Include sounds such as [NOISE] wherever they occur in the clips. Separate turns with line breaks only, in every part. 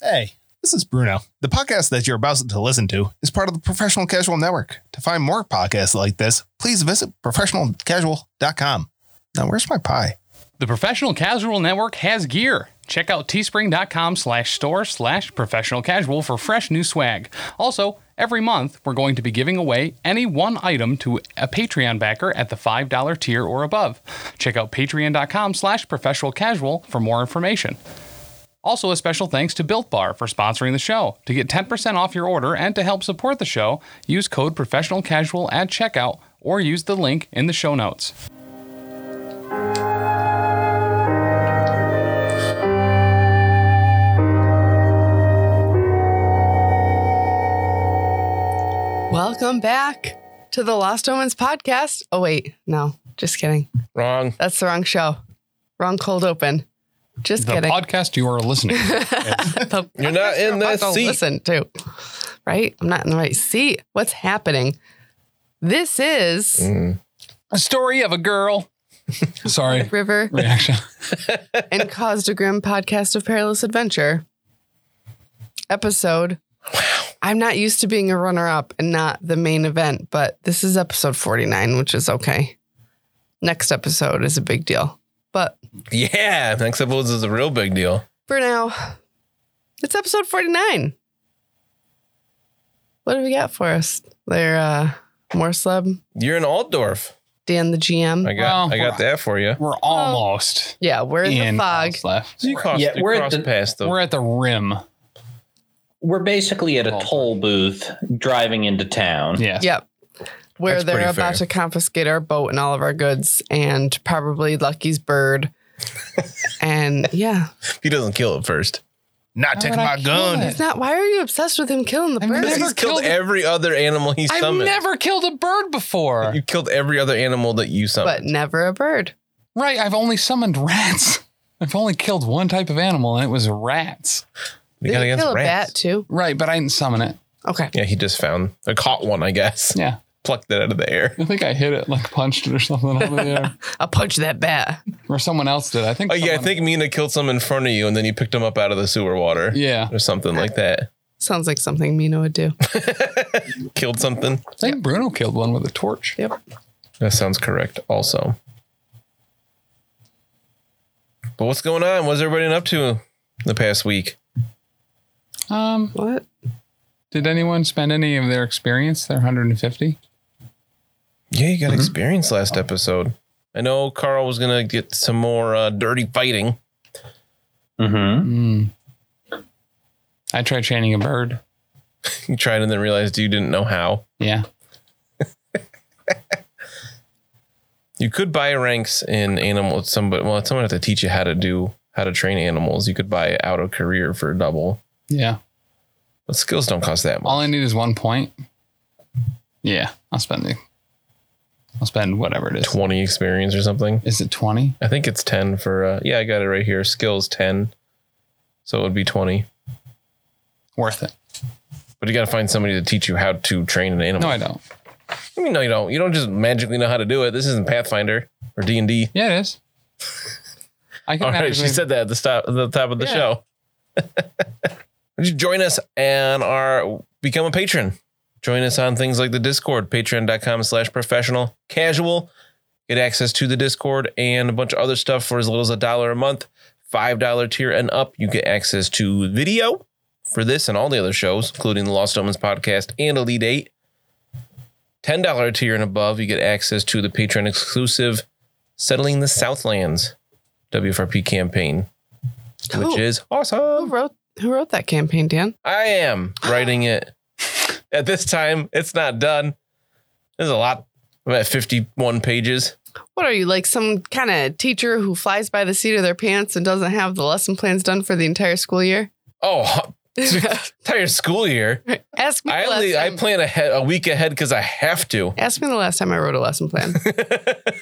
Hey, this is Bruno. The podcast that you're about to listen to is part of the Professional Casual Network. To find more podcasts like this, please visit professionalcasual.com. Now, where's my pie?
The Professional Casual Network has gear. Check out teespring.com slash store slash professional casual for fresh new swag. Also, every month we're going to be giving away any one item to a Patreon backer at the $5 tier or above. Check out patreon.com slash professional casual for more information. Also, a special thanks to Built Bar for sponsoring the show. To get 10% off your order and to help support the show, use code professional casual at checkout or use the link in the show notes.
Welcome back to the Lost Omens podcast. Oh, wait, no, just kidding.
Wrong.
That's the wrong show. Wrong cold open. Just
The
kidding.
podcast you are listening to.
The
You're not in
I
that
don't
seat.
listen to. Right? I'm not in the right seat. What's happening? This is
Mm.
A story of a girl. [LAUGHS] Sorry.
River
Reaction.
[LAUGHS]
and Caused a Grim podcast of perilous adventure episode. I'm not used to being a runner up and not the main event, but this is episode 49, which is okay. Next episode is a big deal. But
Yeah. Next episode is a real big deal.
for now, it's episode 49. What do we got for us? There, uh, more slub,
You're in Altdorf.
Dan the
I
GM.
got
Well,
I got that for you.
We're almost
Yeah, we're in,
in
the fog.
House left.
You crossed,
Yeah,
you
we're at
crossed
the-
past the
We're at the rim.
We're basically at a toll booth driving into town.
Yes.
Yep. Where
That's
they're
pretty
about
fair.
to confiscate our boat and all of our goods and probably Lucky's
[LAUGHS]
bird. and yeah.
He doesn't kill it first.
Not
Why
taking
would I
my
kill
gun.
it?
It's not why are you obsessed with him killing the
I
bird?
never
He's killed
killed it.
every other animal he
I've
summoned.
never killed a bird before.
You killed every other animal that you
but
summoned.
never a bird.
Right. I've only summoned rats. [LAUGHS] I've only killed one type of animal, and it was rats.
You got
Did he
against
kill
rats.
a bat too?
Right, but I didn't summon it.
Okay.
Yeah, he just found I caught one, I guess.
Yeah.
[LAUGHS] Plucked it out of the air.
I think I hit it, like punched it or something over [LAUGHS] there.
I'll punch that bat.
Or someone else did. I think.
Oh yeah, I
someone-
think Mina killed some in front of you, and then you picked them up out of the sewer water
Yeah.
or something like that.
Sounds like something Mina would do.
Killed something.
I think Bruno killed one with a torch.
[LAUGHS]
Yep.
That sounds correct. Also. But what's going on? What's everybody been up to the past week?
Um,
What?
did anyone spend any of their experience, their 150?
Yeah, you got experience last episode. I know Carl was gonna get some more uh, dirty fighting.
Mm-hmm.
Mm. I tried training a bird.
You tried and then realized you didn't know how.
Yeah.
You could buy ranks in animal. Somebody, well, someone had to teach you how to do how to train animals. You could buy out of career for double,
Yeah.
but skills don't cost that much.
All I need is one point. Yeah, I'll spend the. I'll spend whatever it is.
Twenty experience or something.
Is it twenty?
I think it's ten for. Uh, yeah, I got it right here. Skills ten, so it would be twenty.
Worth it?
But you got to find somebody to teach you how to train an animal.
No, I don't.
I mean, no, you don't. You don't just magically know how to do it. This isn't Pathfinder or D and D.
Yeah, it is. I can.
All right, she
magically-
said that at the stop at the top of the
Yeah.
show. [LAUGHS] Would you join us and our become a patron? Join us on things like the Discord, patreon.com slash professional casual. Get access to the Discord and a bunch of other stuff for as little as a dollar a month. Five dollar tier and up, you get access to video for this and all the other shows, including the Lost Omens podcast and Elite Eight. Ten dollar tier and above, you get access to the Patreon exclusive Settling the Southlands WFRP campaign,
Cool.
which is
Who
awesome.
wrote who wrote that campaign, Dan?
I am writing it. At this time, it's not done. There's a lot. I'm at 51 pages.
What are you like some kind of teacher who flies by the seat of their pants and doesn't have the lesson plans done for the entire school year? [LAUGHS]
Oh, [LAUGHS] entire school year.
Ask me.
I
the last
only I
time-
plan ahead a week ahead because I have to.
Ask me the last time I wrote a lesson
[LAUGHS]
plan.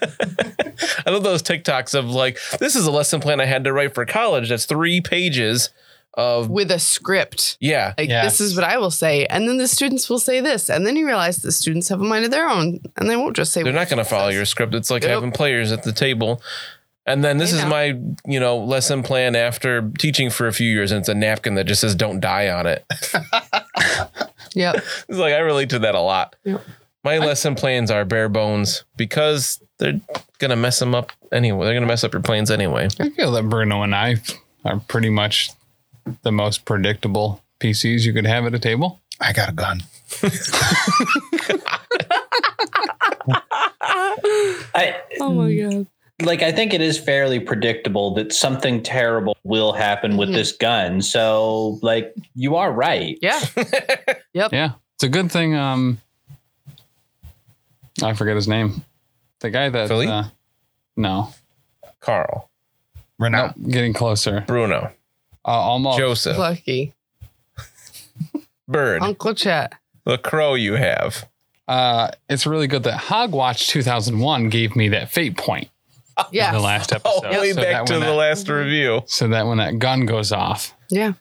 I love those TikToks of like, this is a lesson plan I had to write for college. That's three pages of
with a script.
yeah.
Like
Yeah.
this is what I will say, and then the students will say this, and then you realize the students have a mind of their own, and they won't just say.
They're
what
not going to
it
follow
says.
your script. It's like
Nope.
having players at the table. And then this
They
is
know.
my, you know, lesson plan after teaching for a few years, and it's a napkin that just says "Don't die" on it. [LAUGHS]
Yep.
It's like I relate to that a lot.
Yep.
My lesson plans are bare bones because they're gonna mess them up anyway. They're gonna mess up your plans anyway.
I feel that Bruno and I are pretty much the most predictable PCs you could have at a table.
I got a gun.
I
[LAUGHS] Oh my god.
like I think it is fairly predictable that something terrible will happen with
Mhm.
this gun. So like you are right.
[LAUGHS]
Yeah.
Yeah. It's a good thing. Um, I forget his name. The guy that.
Philippe?
Uh, no.
Carl,
Right now,
Nope, getting closer.
Bruno,
Uh, almost.
Joseph,
Lucky.
Bird,
Uncle
[LAUGHS]
Chet.
the crow you have.
Uh, it's really good that Hogwatch 2001 gave me that fate point in the
Yeah. [LAUGHS]
last
All
episode.
the way
So
back
that
to
when
the
that-
last review.
So that when that gun goes off,
Yeah.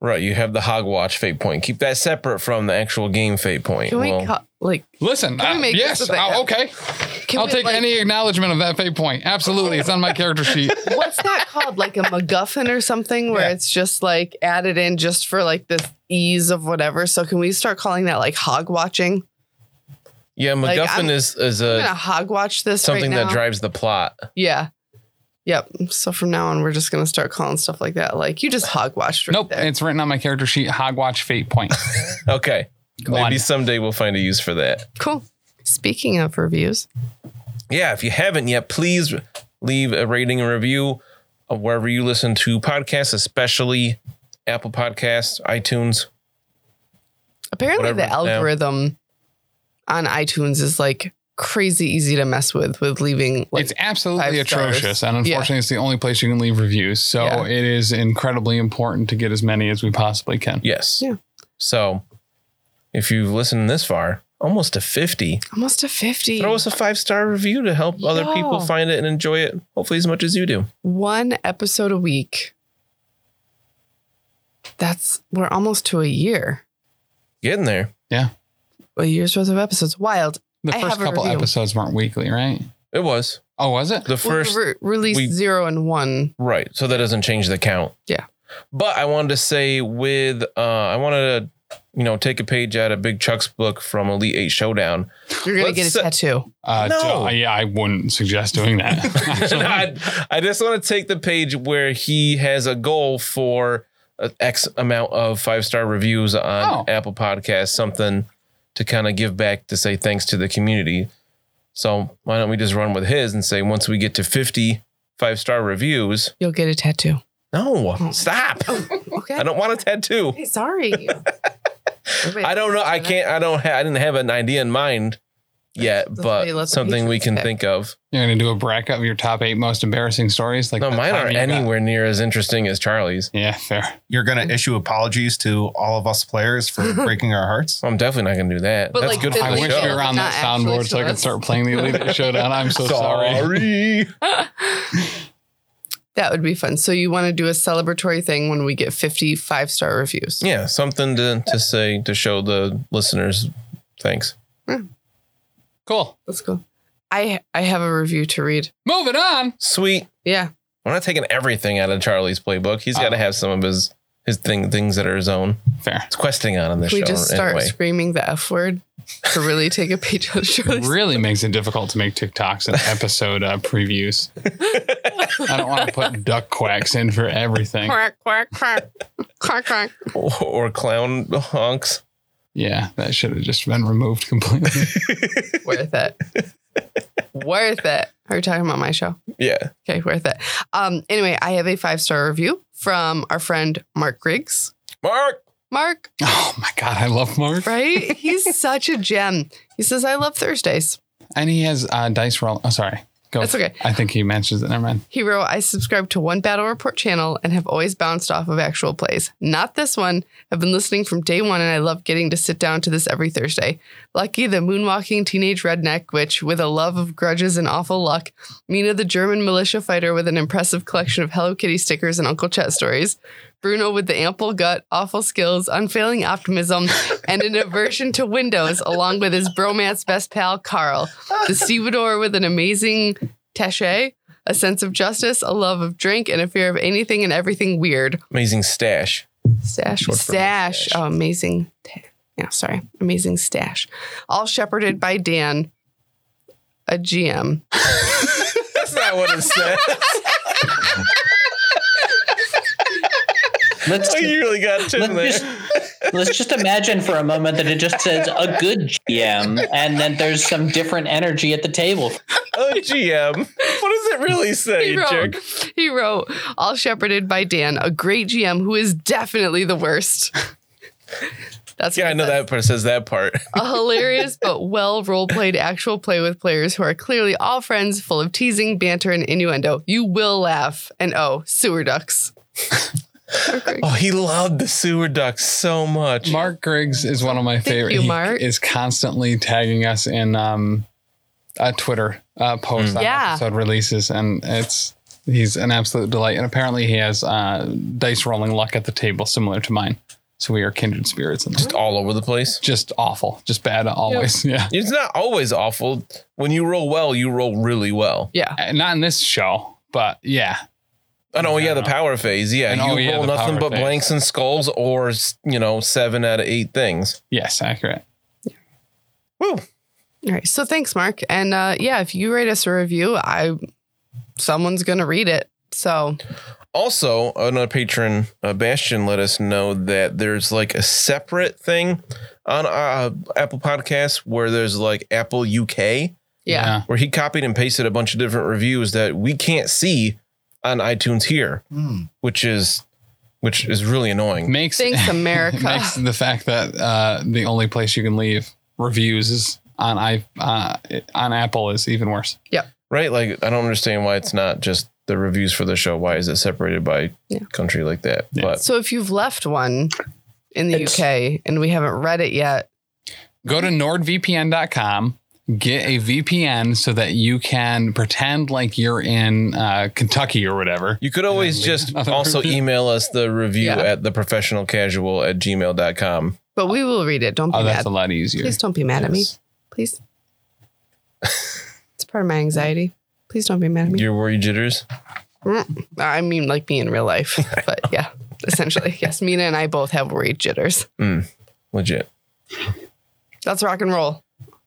Right, you have the Hogwatch fate point. Keep that separate from the actual game fate point.
Can we
Well,
cut like
listen.
Can we
uh,
make this
yes.
a thing?
uh, okay.
can
I'll
we,
take
like,
any acknowledgement of that fate point. Absolutely. It's on my character
[LAUGHS]
sheet.
what's that called? Like a MacGuffin or something where
Yeah.
it's just like added in just for like the ease of whatever. So can we start calling that like hog watching?
yeah,
Like,
MacGuffin
I'm-
is is
I'm gonna
a
hog watch this
Uh, something
right now.
that drives the plot.
yeah. Yep. So from now on, we're just gonna start calling stuff like that. Like you just hog watched. Right
Nope,
there.
it's written on my character sheet. Hogwatch fate point.
Okay,
One.
maybe someday we'll find a use for that.
cool. Speaking of reviews,
yeah, if you haven't yet, please leave a rating and review of wherever you listen to podcasts, especially Apple Podcasts, iTunes.
apparently the
Whatever, yeah.
algorithm on iTunes is like crazy easy to mess with with leaving [LAUGHS] like
it's absolutely
five stars.
atrocious, and unfortunately, it's the only place you can leave reviews. So
Yeah.
it is incredibly important to get as many as we possibly can.
Yes.
Yeah.
So if you've listened this far, almost to 50,
almost to 50
throw us a five star review to help other
Yeah.
people find it and enjoy it, hopefully, as much as you do.
one episode a week. That's we're almost to a year.
Get in there.
A year's worth of episodes. Wild.
The
I
first
have a
couple
review.
episodes weren't weekly, right?
It was
Oh, was it?
the first,
we re- released
we-
zero and one.
right? So that doesn't change the count.
Yeah.
But I wanted to say, with, uh, I wanted to, you know, take a page out of Big Chuck's book from Elite Eight Showdown.
You're gonna
Let's
get a
set-
tattoo.
Uh,
No.
so- yeah, I wouldn't suggest doing [LAUGHS]
[LAUGHS] No,
that.
I, I just want to take the page where he has a goal for uh, X amount of five star reviews on
Oh.
Apple Podcasts, something to kind of give back to say thanks to the community. So why don't we just run with his and say once we get to 50 five star reviews?
You'll get a tattoo.
No, stop.
[LAUGHS] Okay.
I don't want a tattoo.
Hey, sorry.
I don't know. I can't. I don't. Ha- I didn't have an idea in mind yet,
Let's see,
but
let's
something we can
pick.
think of.
You're gonna do a bracket of your top eight most embarrassing stories. Like
No,
the
mine
time
aren't
you got-
anywhere near as interesting as Charlie's.
Yeah, fair.
you're going to issue apologies to all of us players
[LAUGHS]
for breaking our hearts.
I'm definitely not going to do that.
But,
That's
like,
good
the
for
I
the
wish
show.
you were on
Not
that
actually
soundboard so I
to
could
us.
start playing the Elite Eight Showdown. I'm so sorry.
[LAUGHS] That would be fun. So you want to do a celebratory thing when we get 50 five star reviews.
yeah, something to, to say to show the listeners thanks.
Cool.
Let's go. I I have a review to read.
Moving on.
Sweet.
Yeah.
We're not taking everything out of Charlie's playbook. He's got to have some of his his thing things that are his own.
Fair.
It's questing on in this
Can we
show
just start [LAUGHS]
anyway.
screaming the F word to really take a page
[LAUGHS]
out of Shirley's?
really makes it difficult to make TikToks and episode uh,
[LAUGHS]
previews. I don't want to put duck quacks in for everything.
Quack, quack, quack, quack, quack.
Or, or clown honks.
Yeah, that should have just been removed
[LAUGHS]
completely.
Worth it. Worth it. Are you talking about my show?
Yeah.
Okay, worth it. Um, anyway, I have a five star review from our friend Mark Griggs.
Mark.
Mark,
oh my god, I love Mark.
right? [LAUGHS] He's such a gem. He says, I love Thursdays.
And he has uh, dice roll. Oh, sorry. Go.
That's okay.
I think he mentions it. Never mind.
He wrote, I subscribe to one battle report channel and have always bounced off of actual plays. Not this one. I've been listening from day one and I love getting to sit down to this every Thursday. Lucky the moonwalking teenage redneck witch with a love of grudges and awful luck. Mina the German militia fighter with an impressive collection of Hello Kitty stickers and Uncle Chet stories. Bruno with the ample gut, awful skills, unfailing optimism, and an aversion to windows, along with his bromance best pal, Carl. The stevedore with an amazing tache, a sense of justice, a love of drink, and a fear of anything and everything weird.
Amazing stash.
Stash.
Short for
Stash.
mustache.
Oh, amazing. ta- Yeah, sorry. Amazing stash. All shepherded by Dan, a GM.
That's not what it says.
Let's
[LAUGHS] Oh, [LAUGHS] you really got Tim
Let's
[LAUGHS]
there.
let's just imagine for a moment that it just says a good GM, and then there's some different energy at the table.
Oh, GM. What does it really say,
He
you
wrote,
jerk?
he wrote, all shepherded by Dan, a great GM who is definitely the worst. [LAUGHS] That's
Yeah,
what
I
it
know
says.
that part says that part.
a [LAUGHS] hilarious but well role played actual play with players who are clearly all friends, full of teasing, banter, and innuendo. You will laugh. And oh, sewer ducks.
Oh, he loved the sewer duck so much.
Mark Griggs is one of my favorite.
you,
he
Mark.
is constantly tagging us in um, a Twitter uh, post on
Yeah.
episode releases, and it's he's an absolute delight. And apparently, he has uh, dice rolling luck at the table similar to mine. So we are kindred spirits, and
Just all over the place.
just awful, just bad always. [LAUGHS] Yeah,
It's not always awful. When you roll well, you roll really well.
Yeah.
Uh, not in this show, but yeah,
Oh no, yeah, the power phase. Yeah,
And
you
oh, yeah,
roll
the
nothing
power
but
phase.
blanks and skulls, or s- you know, seven out of eight things.
yes, accurate.
Woo!
All right. So thanks, Mark. And uh, yeah, if you rate us a review, I someone's gonna read it. So
Also, another patron, uh, Bastion, let us know that there's like a separate thing on uh, Apple Podcasts where there's like Apple UK,
yeah.
where he copied and pasted a bunch of different reviews that we can't see on iTunes here,
Hmm.
which is which is really annoying.
makes [LAUGHS]
Thanks,
It
America.
makes the fact that uh, the only place you can leave reviews is on i uh, on Apple is even worse.
Right? Like I don't understand why it's not just the reviews for the show. Why is it separated by
Yeah.
country like that?
Yeah.
But
so if you've left one in the
It's-
UK and we haven't read it yet,
Go to nordvpn.com, get a VPN so that you can pretend like you're in uh, Kentucky or whatever.
you could always just
another
also
review.
email us the review
Yeah.
at theprofessionalcasual at gmail.com.
but we will read it. Don't be
Oh,
mad.
that's a lot easier.
Please don't be mad at me.
Yes.
Please. it's part of my anxiety. Please don't be mad at me.
Your worry jitters.
I mean, like me in real life, but yeah, essentially, yes. Mina and I both have worried jitters.
Legit.
That's rock and roll.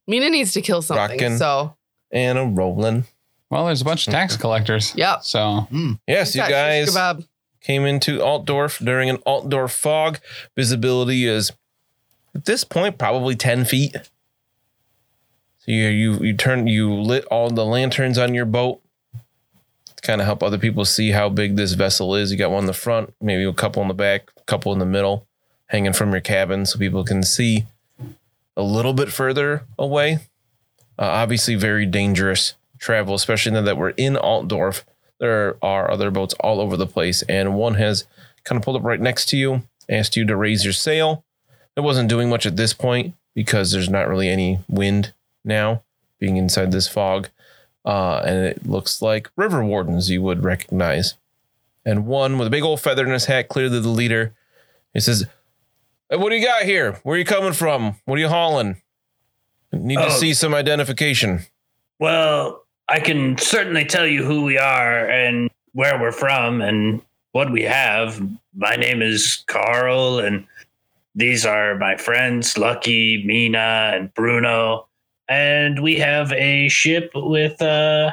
Mina needs to kill something.
Rockin'.
So,
And a rolling.
Well, there's a bunch of tax collectors.
yep.
So
Yes, you
Got shish
guys
kebab.
came into Altdorf during an Altdorf fog. Visibility is at this point probably 10 feet. So you you you turn you lit all the lanterns on your boat to kind of help other people see how big this vessel is. You got one in the front, maybe a couple in the back, a couple in the middle, hanging from your cabin so people can see a little bit further away. Uh, obviously, very dangerous travel, especially now that we're in Altdorf. There are other boats all over the place, and one has kind of pulled up right next to you, asked you to raise your sail. It wasn't doing much at this point because there's not really any wind now, being inside this fog. Uh, and it looks like river wardens you would recognize. And one with a big old feather in his hat, clearly the leader, he says, "Hey, What do you got here? Where are you coming from? What are you hauling? Need to
Oh.
see some identification.
Well, I can certainly tell you who we are and where we're from and what we have. My name is Carl, and these are my friends, Lucky, Mina, and Bruno. And we have a ship with a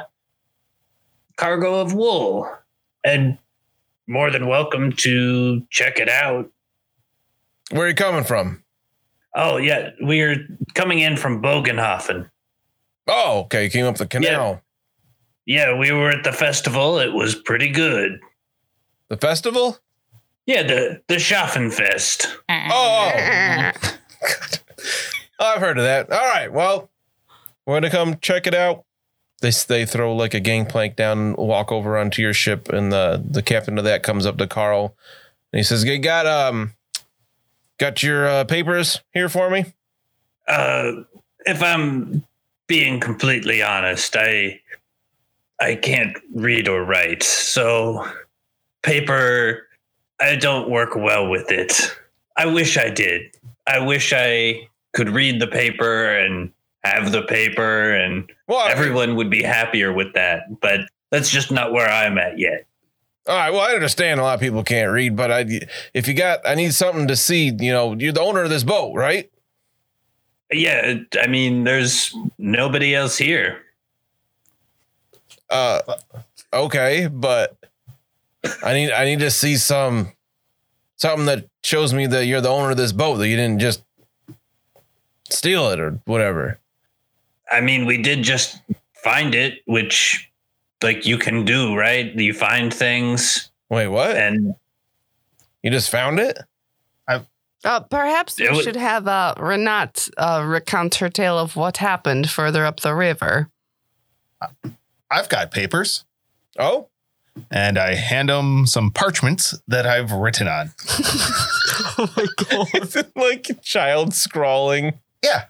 cargo of wool. And more than welcome to check it out.
Where are you coming from?
Oh, yeah, we're coming in from Bogenhofen.
Oh, okay. You came up the canal.
Yeah, we were at the festival. It was pretty good.
The festival?
Yeah, the the Schaffenfest.
Oh, I've heard of that. All right. Well, we're gonna come check it out. They s- they throw like a gangplank down, and walk over onto your ship, and the the captain of that comes up to Carl, and he says, "You got um, got your uh, papers here for me?"
Uh, if I'm being completely honest, I I can't read or write, so paper. I don't work well with it. I wish I did. I wish I could read the paper and have the paper, and
Well,
everyone would be happier with that. But That's just not where I'm at yet.
All right. Well, I understand a lot of people can't read, but I, if you got, I need something to see. You know, you're the owner of this boat, right?
Yeah, it- I mean, there's nobody else here.
Uh, okay, but I need, I need to see some, something that shows me that you're the owner of this boat. That you didn't just steal it or whatever.
I mean, we did just find it, which like you can do, right? You find things
Wait, what?
and [LAUGHS]
You just found it?
Uh, perhaps we
It was-
should have uh, Renat uh, recount her tale of what happened further up the river.
I've got papers
Oh,
and I hand them some parchments that I've written on.
[LAUGHS] oh my
[LAUGHS]
god!
Is it like child scrawling?
Yeah.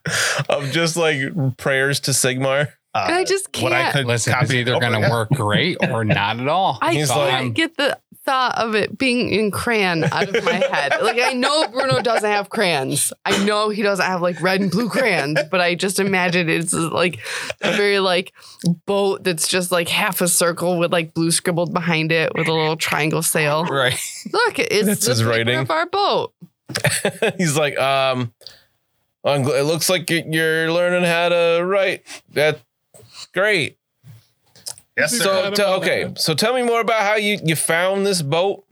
Of just like prayers to Sigmar. [LAUGHS]
Uh,
I just can't.
What I could
Listen, it's
copy
either
over
going to
again.
work great
[LAUGHS]
or not at all.
I
Oh, He's
So
like-
I'm-
can't get the thought of it being in crayon out of my [LAUGHS] head. Like I know Bruno doesn't have crayons. I know he doesn't have like red and blue crayons, but I just imagine it's like a very like boat that's just like half a circle with like blue scribbled behind it with a little triangle sail.
right.
Look, it's
That's
the
his
paper
writing.
of our boat.
He's like, um, I'm gl- it looks like you- you're learning how to write. That's great.
Yes, sir.
So, t- okay, so tell me more about how you you found this boat.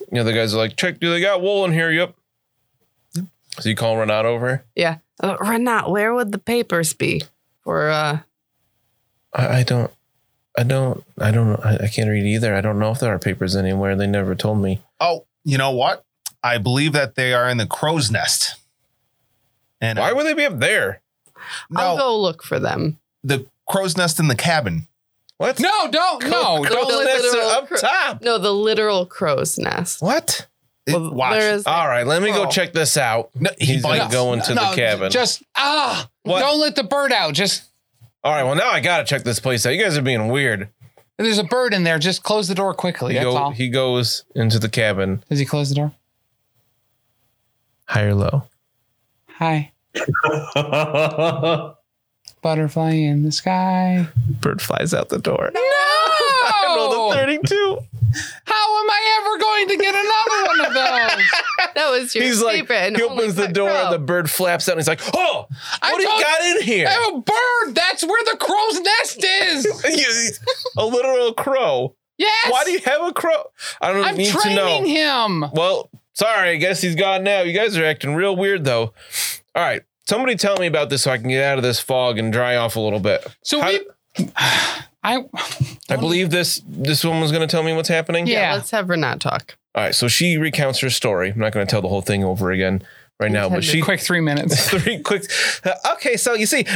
You know, the guys are like, check, do they got wool in here? Yep. So you call Renat over.
Yeah. Uh, Renat, where would the papers be for uh
I, I don't, I don't, I don't know. I, I can't read either. I don't know if there are papers anywhere. They never told me.
Oh, you know what? I believe that they are in the crow's nest. And
Why would they be up there?
no,
I'll go look for them.
the crow's nest in the cabin?
What?
No, don't. No,
Cool.
don't.
The
that's
literal
up
cr-
top.
No, the literal crow's nest.
What?
It-
Well,
watch.
there [LAUGHS] is-
All right, let me go
Oh.
check this out.
No, he
He's gonna
bites.
go into the cabin.
Just ah,
What?
don't let the bird out. Just
All right, well now I gotta check this place out. You guys are being weird.
there's a bird in there. Just close the door quickly.
He,
That's
go-
all.
he goes into the cabin.
Does he close the door?
High or low?
Hi, butterfly in the
[LAUGHS]
sky.
Bird flies out the door.
No.
I rolled a thirty-two.
How am I ever going to get another one of
[LAUGHS]
those?
That was your
He's like,
favorite. and
Oh
he
only
opens the
pet
door
crow.
and the bird flaps out. and He's like, "Oh,
I
what do you
told-
got in [LAUGHS] here?
Oh, bird! That's where the crow's nest
[LAUGHS]
is.
a literal crow.
Yes.
Why do you have a crow? I don't
I'm
need to know.
training him.
Well, sorry, I guess he's gone now. You guys are acting real weird though. All right. Somebody tell me about this so I can get out of this fog and dry off a little bit.
So
How-
we, [SIGHS] I
I believe this this woman's gonna tell me what's happening.
yeah,
Yeah.
let's have Renat talk.
All right, so she recounts her story. I'm not gonna tell the whole thing over again right now, but she
quick three minutes.
[LAUGHS] three quick okay, so you see [LAUGHS]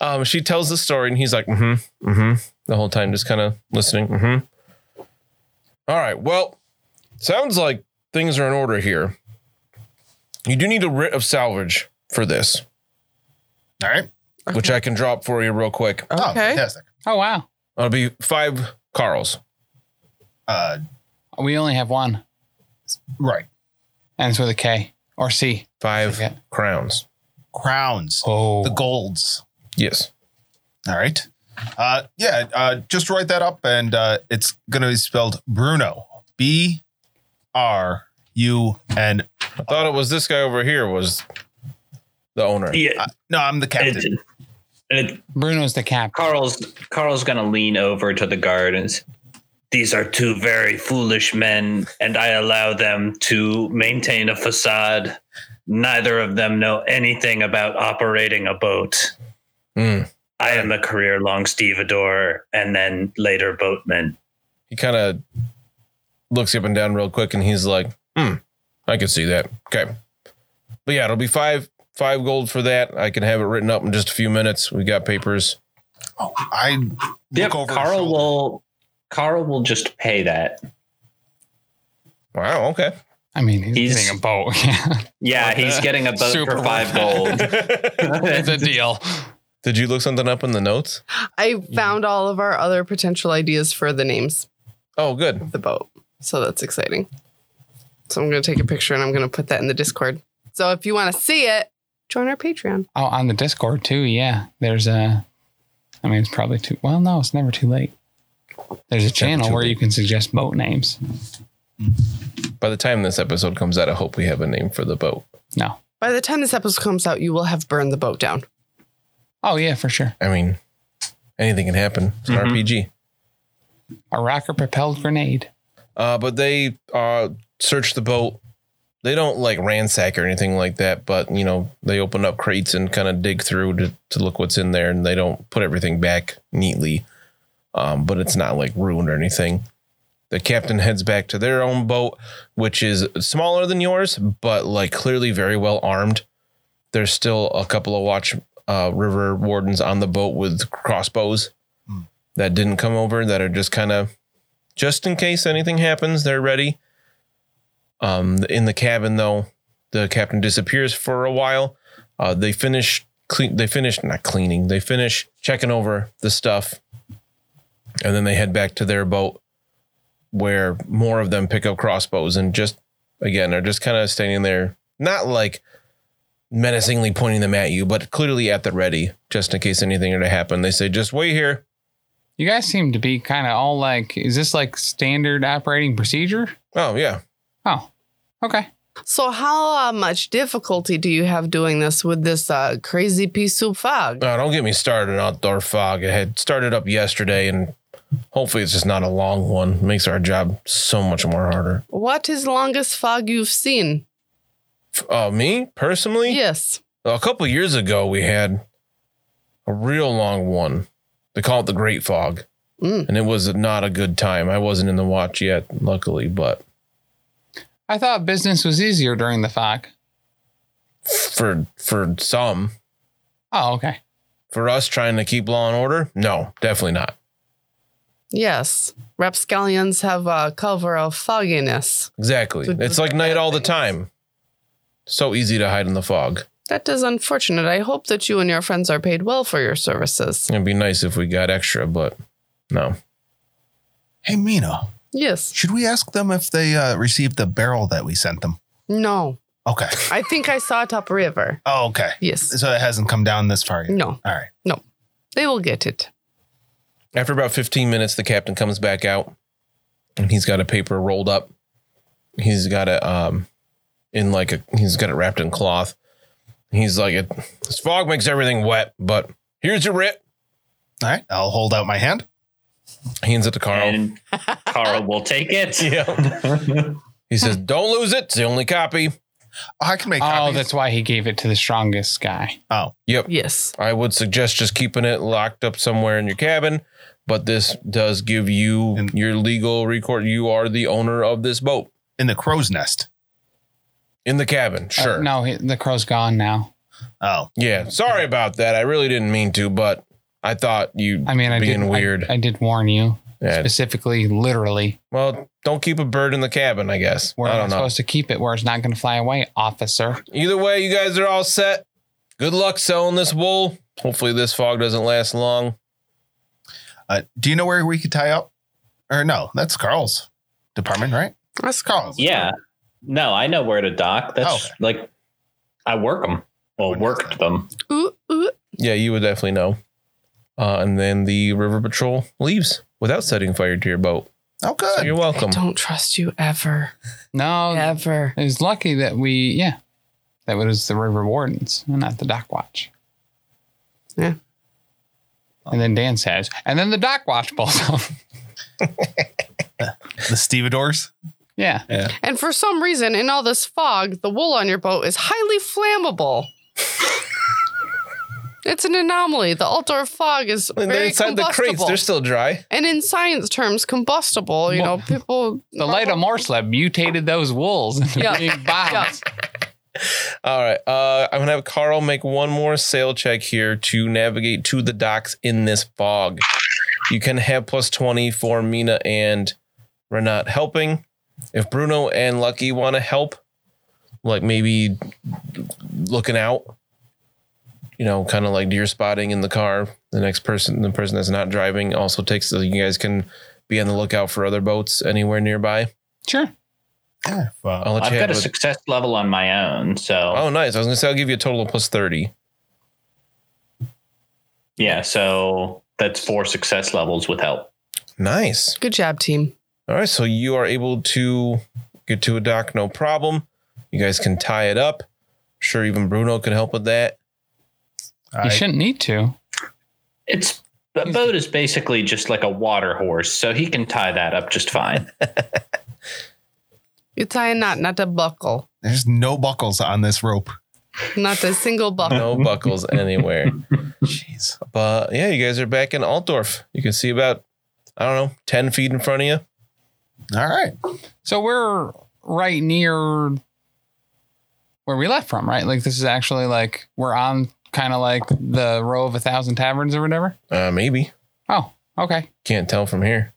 um she tells the story and he's like, mm-hmm, mm-hmm. The whole time just kind of listening. Mm-hmm. All right, well, sounds like things are in order here. You do need a writ of salvage for this,
All right.
which I can drop for you real quick.
Oh,
Okay.
fantastic.
Oh wow,
It'll be five Carls.
Uh,
we only have one,
right.
and it's with a K or C.
Five
Yeah.
crowns.
Crowns.
Oh,
The golds.
Yes.
All right. Uh, yeah. Uh, just write that up, and uh, it's gonna be spelled Bruno. B R U N.
I thought it was this guy over here was the owner.
yeah,
No, I'm the captain.
it- it-
Bruno's the cap.
Carl's Carl's gonna lean over to the guard and s-
these are two very foolish men, and I allow them to maintain a facade. Neither of them know anything about operating a boat.
Mm.
I am a career long stevedore and then later boatman.
He kind of looks you up and down real quick and he's like, hmm, I can see that. Okay. But yeah, it'll be five five gold for that. I can have it written up in just a few minutes. We got papers.
Oh, I look
Yep,
over. his
Carl
shoulder.
will Carl will just pay that.
Wow, okay.
I mean, he's,
He's-
getting a boat. [LAUGHS]
[LAUGHS]
Yeah,
Yeah,
Like
he's
that.
getting a boat
Super
for five gold.
it's a deal.
Did you look something up in the notes?
I
Mm-hmm.
found all of our other potential ideas for the names
Oh, good.
of the boat. So that's exciting. So I'm going to take a picture and I'm going to put that in the Discord. So if you want to see it, join our Patreon.
Oh, on the Discord too. Yeah, there's a I mean, it's probably too. Well, no, it's never too late. There's a channel
too
where you can suggest boat names.
By the time this episode comes out, I hope we have a name for the boat.
No.
By the time this episode comes out, you will have burned the boat down.
Oh yeah, for sure.
I mean, anything can happen. It's an
Mhm.
RPG.
A rocker propelled grenade.
Uh, but they uh, search the boat. They don't like ransack or anything like that, but you know they open up crates and kind of dig through to, to look what's in there, and they don't put everything back neatly. Um, but it's not like ruined or anything. The captain heads back to their own boat, which is smaller than yours, but like clearly very well armed. There's still a couple of watch uh, river wardens on the boat with crossbows
Hmm.
that didn't come over that are just kind of just in case anything happens, they're ready. Um, in the cabin though, the captain disappears for a while. Uh, they finish clean. They finish not cleaning. They finish checking over the stuff, and then they head back to their boat, where more of them pick up crossbows and just again are just kind of standing there, not like menacingly pointing them at you, but clearly at the ready, just in case anything were to happen. They say, "Just wait here."
You guys seem to be kind of all like, is this like standard operating procedure?
Oh yeah,
Oh, okay.
So, how uh, much difficulty do you have doing this with this uh, crazy piece of fog?
Oh, don't get me started on outdoor fog. It had started up yesterday, and hopefully it's just not a long one. It makes our job so much more harder.
What is longest fog you've seen?
F- Uh, me personally,
Yes.
a couple years ago we had a real long one. They call it the Great Fog,
Mm.
and it was not a good time. I wasn't in the watch yet, luckily, but
I thought business was easier during the fog.
for for some,
Oh, okay.
for us trying to keep law and order, no, definitely not.
Yes. Rapscallions have a cover of fogginess.
Exactly,
So
it's
just
like night
bad
all the
things.
time. So easy to hide in the fog.
That is unfortunate. I hope that you and your friends are paid well for your services.
It'd be nice if we got extra, but no.
Hey, Mina,
Yes.
should we ask them if they uh, received the barrel that we sent them?
No.
Okay.
I think I saw it upriver.
Oh, okay.
Yes.
So it hasn't come down this far yet.
No.
All right.
They will get it.
After about 15 minutes, the captain comes back out and he's got a paper rolled up. He's got it um in like a he's got it wrapped in cloth. He's like it this fog makes everything wet, but here's your writ.
All right. I'll hold out my hand.
Hands it to Carl.
And Carl will take it.
[LAUGHS] yeah. he says, Don't lose it. It's the only copy.
Oh, I can make
Oh,
copies.
that's why he gave it to the strongest guy.
Yep.
Yes.
I would suggest just keeping it locked up somewhere in your cabin. But this does give you
And-
your legal record. You are the owner of this boat
in the crow's nest.
in the cabin.
Uh,
Sure.
no, he, the crow's gone now.
Oh,
Yeah, sorry about that. I really didn't mean to, but I thought you
I mean, I
being
did, I-
weird.
I, did warn you
Yeah.
specifically, literally.
Well, don't keep a bird in the cabin, I guess.
We're
I
not
don't know.
supposed to keep it where it's not going to fly away, officer.
Either way, you guys are all set. Good luck selling this wool. Hopefully, this fog doesn't last long.
uh, do you know where we could tie up? Or no, that's Carl's department, right? That's Carl's.
Yeah. No, I know where to dock. That's
Oh.
like I work them. Well,
Wouldn't
worked
have
them.
Ooh, ooh.
Yeah, you would definitely know. Uh, and then the river patrol leaves without setting fire to your boat.
Oh,
So
good.
you're welcome.
I don't trust you ever.
No,
Ever.
it was lucky that we, yeah, that was the river wardens and not the dock watch.
Yeah.
And then Dan says, and then the dock watch pulls [LAUGHS] up.
The stevedores.
yeah.
And for some reason, in all this fog, the wool on your boat is highly flammable. it's an anomaly. The outdoor fog is
And they're
very
inside the crates.
combustible.
They're still dry.
and in science terms, combustible. You
Well,
know, people
The light of Morse lab mutated those wools into
Yeah.
big bombs.
All right. Uh, I'm going to have Carl make one more sail check here to navigate to the docks in this fog. You can have plus 20 for Mina and Renat helping. If Bruno and Lucky want to help, like maybe looking out, you know, kind of like deer spotting in the car, the next person, the person that's not driving also takes, so you guys can be on the lookout for other boats anywhere nearby.
Sure.
Yeah.
I'll let
I've
you
got a
have it.
success level on my own, so
Oh, nice. I was going to say, I'll give you a total of plus 30.
yeah. So
That's four success levels with help.
Nice.
Good job, team.
All right, so you are able to get to a dock, no problem. You guys can tie it up. Sure, even Bruno can help with that.
Oh,
I,
You shouldn't need to.
It's a boat is basically just like a water horse, so he can tie that up just fine.
You tie a knot, not a buckle,
there's no buckles on this rope.
not a
[LAUGHS]
single buckle.
No buckles anywhere.
Jeez.
But yeah, you guys are back in Altdorf. You can see about, I don't know, 10 feet in front of you.
All right.
So we're right near where we left from, right? Like this is actually like we're on kind of like the row of a thousand taverns or whatever.
Uh, maybe.
Oh, okay.
Can't tell from here.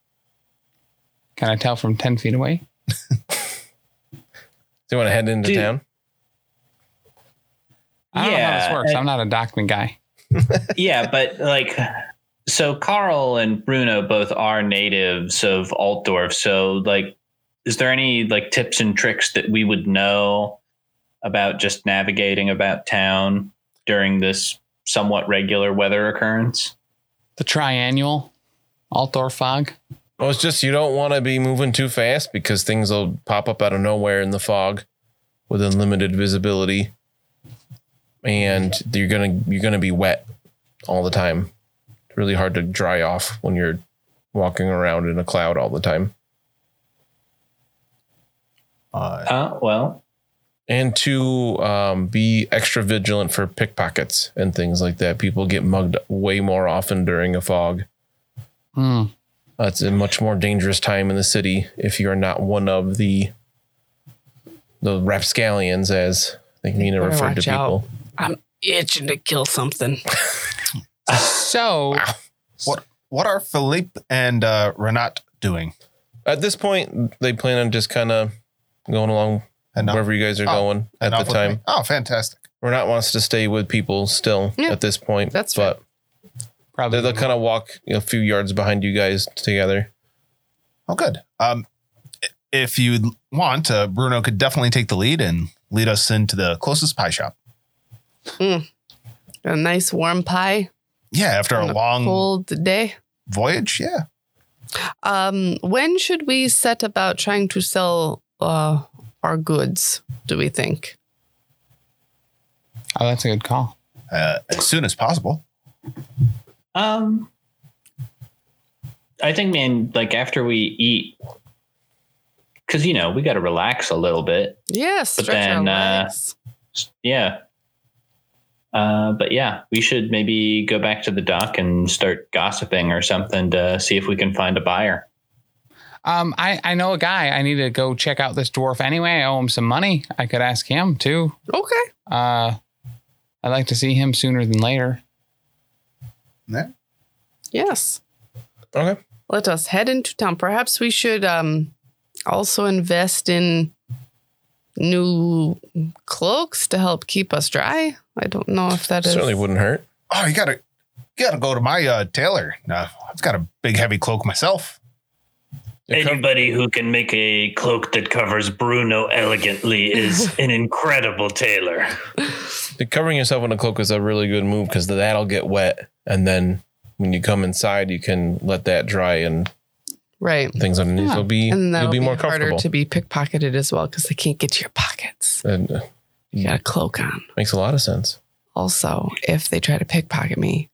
Can I tell from ten feet away?
Do you want to head into
Dude.
town?
I don't know how this
Yeah,
uh,
works.
and-
I'm not a document guy.
yeah, but like, so Carl and Bruno both are natives of Altdorf. So, like, is there any like tips and tricks that we would know about just navigating about town during this somewhat regular weather occurrence?
The triannual, Altdorf fog.
Well, it's just you don't want to be moving too fast because things will pop up out of nowhere in the fog with unlimited visibility. And you're gonna you're gonna be wet all the time. It's really hard to dry off when you're walking around in a cloud all the time.
Uh,
Uh, well,
And to um, be extra vigilant for pickpockets and things like that. People get mugged way more often during a fog.
Hmm.
Uh, it's a much more dangerous time in the city if you're not one of the the rapscallions, as I think Nina
Better
referred to
watch out.
people.
I'm itching to kill something.
So
what are Philippe and uh, Renat doing?
At this point, they plan on just kind of going along
And not-
wherever you guys are
Oh,
going at
and
the
off with
time.
me? Oh, fantastic.
Renat wants to stay with people still
Yeah,
at this point.
that's fair.
but
probably
they'll kind of walk a few yards behind you guys together.
Oh, good. Um, if you want, uh, Bruno could definitely take the lead and lead us into the closest pie shop.
A nice warm pie
Yeah, after
On
a
a
Um,
long
cold day.
voyage. Yeah.
Um, when should we set about trying to sell uh, our goods? Do we think?
Oh, that's a good call.
Uh, as soon as possible.
um, I think, man, like after we eat, because you know we got to relax a little bit.
Yes.
But
Stretch
then,
our
uh,
legs.
Yeah. Uh, but yeah, we should maybe go back to the dock and start gossiping or something to see if we can find a buyer.
Um, I, I know a guy. I need to go check out this dwarf anyway. I owe him some money. I could ask him too.
okay.
Uh, I'd like to see him sooner than later.
Yes.
Okay.
let us head into town. Perhaps we should um, also invest in new cloaks to help keep us dry. I don't know if that is
Certainly wouldn't hurt.
Oh, you gotta, you gotta go to my uh, tailor. Uh, I've got a big heavy cloak myself.
It cov-
Anybody who can make a cloak that covers Bruno elegantly is an incredible tailor.
The covering yourself in a cloak is a really good move because that'll get wet, and then when you come inside, you can let that dry and
right.
things underneath
Yeah.
will be
And
you'll
that'll
be,
be,
more
harder
comfortable.
to be pickpocketed as well because they can't get to your pockets.
And, uh,
You got a cloak on.
makes a lot of sense.
Also, if they try to pickpocket me,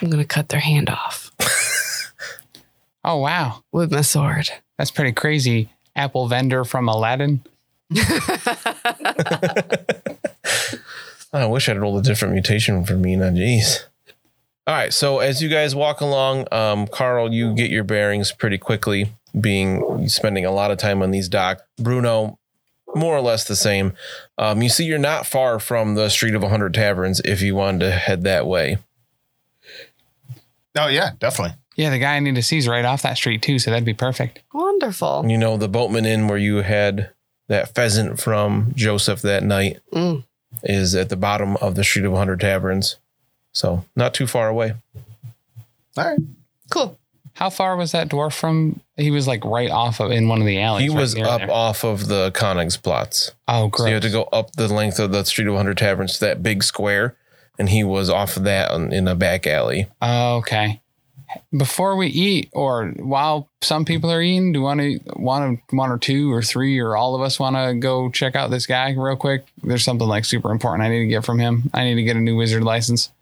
I'm gonna cut their hand off
Oh wow,
with my sword. [LAUGHS]
that's pretty crazy. Apple vendor from Aladdin.
I wish I'd rolled a different mutation for Mina. Jeez. All right. So as you guys walk along, um, Carl, you get your bearings pretty quickly, being spending a lot of time on these docks. Bruno, more or less the same. Um, you see, you're not far from the Street of 100 Taverns if you wanted to head that way.
Oh yeah, definitely.
Yeah, the guy I need to see is right off that street too, so that'd be perfect.
Wonderful.
You know, the Boatman Inn where you had that pheasant from Joseph that night
Mm.
is at the bottom of the Street of 100 Taverns. So not too far away.
All right.
Cool.
How far was that dwarf from? He was like right off of in one of the alleys.
He
Oh, right
was
near
up
there.
off of the Conig's plots.
Oh,
So you
great.
had to go up the length of the Street of 100 Taverns to that big square. And he was off of that on, in a back alley. [LAUGHS]
Oh, okay. before we eat or while some people are eating do want to want to one or two or three or all of us want to go check out this guy real quick there's something like super important i need to get from him i need to get a new wizard license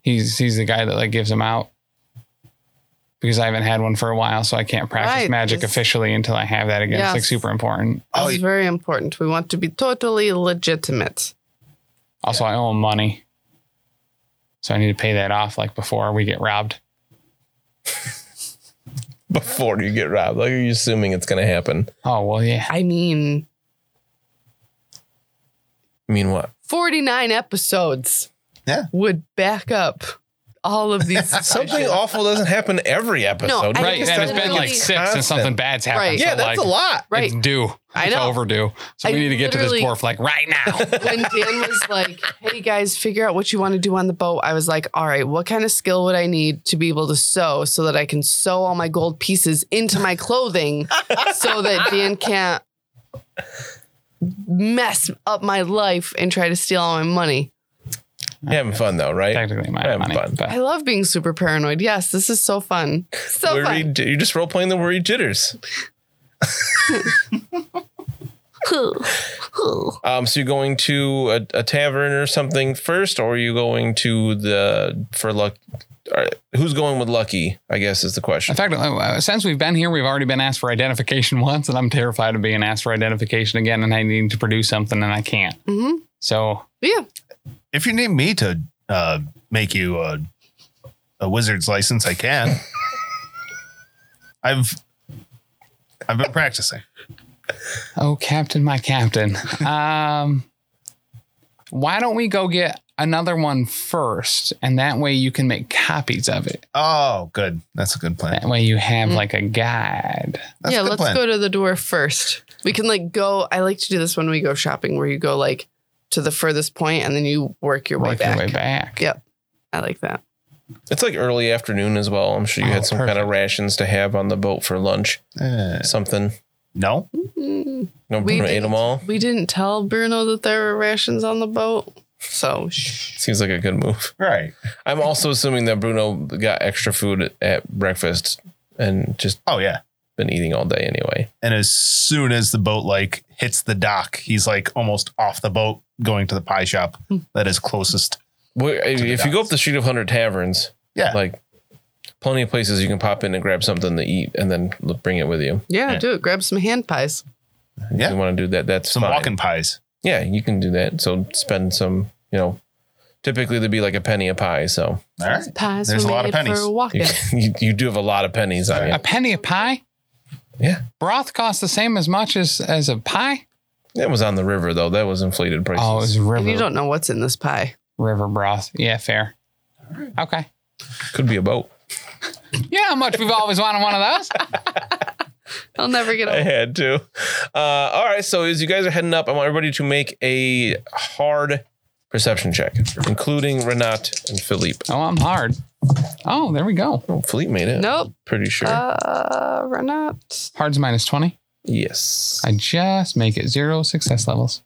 he's he's the guy that like gives them out because i haven't had one for a while so i can't practice
Right,
magic
this-
officially until i have that again it's like
Yes.
super important
Oh,
This is very important. We want to be totally legitimate.
also i owe him money so i need to pay that off like before we get robbed
before you get robbed. Like, are you assuming it's going to happen?
oh well yeah
I mean,
I mean, what?
49 episodes
Yeah.
would back up all of these.
Something
suspicions.
awful doesn't happen every episode.
I
right
think
and
it's
it's been like
definitely-
six and something bad's happened
Right.
so,
Yeah, that's
like,
a lot.
Right.
It's due.
I
It's
know.
overdue. So
I
we need to get to this
literally-
dwarf like right now.
[LAUGHS] when Dan was like, "Hey guys, figure out what you want to do on the boat," I was like, "All right, what kind of skill would I need to be able to sew so that I can sew all my gold pieces into my clothing so that Dan can't mess up my life and try to steal all my money?"
You're having fun though, right?
Technically, my
Have
money.
fun.
I
But
love being super paranoid. Yes, this is so fun. So
Worried-
fun.
you're just role playing the worried jitters. Um, so you're going to a, a tavern or something first, or are you going to the for luck? all right, Who's going with Lucky? I guess is the
in
question.
fact, uh, since we've been here, we've already been asked for identification [LAUGHS] once, and I'm terrified of being asked for identification again, and I need to produce something and I can't.
hmm
So
Yeah,
If you need me to uh, make you a, a wizard's license, I can. I've I've been practicing.
Oh, Captain, my
[LAUGHS]
Captain. Um, why don't we go get another one first? And that way you can make copies of it.
Oh, good. That's a good plan.
That way you have
Mm.
like a guide.
That's
yeah.
a good
Let's
plan.
go to the dwarf first. We can like go. I like to do this when we go shopping, where you go like to the furthest point and then you work your way
Work your
back.
way back.
Yeah. I like that.
It's like early afternoon as well. I'm sure you
Oh,
had some kind of
perfect.
rations to have on the boat for lunch.
Eh,
Something.
no,
Mm,
No,
We
Bruno ate
didn't.
them all.
We didn't tell Bruno that there were rations on the boat. So, shh.
Seems like a good move.
right?
I'm also assuming that Bruno got extra food at breakfast and just
Oh yeah.
been eating all day anyway.
And as soon as the boat like hits the dock, he's like almost off the boat, going to the pie shop that is closest.
Where, if
the
you go
docks.
up the street of Hundred Taverns,
Yeah.
like plenty of places you can pop in and grab something to eat and then l- bring it with you.
yeah,
Yeah.
do it. Grab some hand pies.
Yeah.
If you want to do that, that's
Some
fine.
walking pies.
Yeah, you can do that. So spend some, you know, typically there'd be like a penny a pie. So
All right.
Pies
There's
were
a lot of
made
pennies.
for a walk
you, [LAUGHS] you, you do have a lot of pennies on you.
A penny a pie?
Yeah.
Broth costs the same as much as, as a pie?
That was on the river though. That was inflated prices.
Oh, it's
And you
river,
don't know what's in this pie.
river broth. Yeah, fair. Okay.
Could be
[LAUGHS]
a boat.
You know how much we've always wanted one of those?
I'll never
Oh.
get
[LAUGHS]
I
old.
had to. Uh, all right. So as you guys are heading up, I want everybody to make a hard perception check, including Renat and Philippe.
[LAUGHS] Oh, I'm hard. Oh, there we go.
Oh, Philippe made it.
Nope.
Pretty sure.
Uh, Renat.
Hard's minus 20.
yes.
I just make it zero success levels.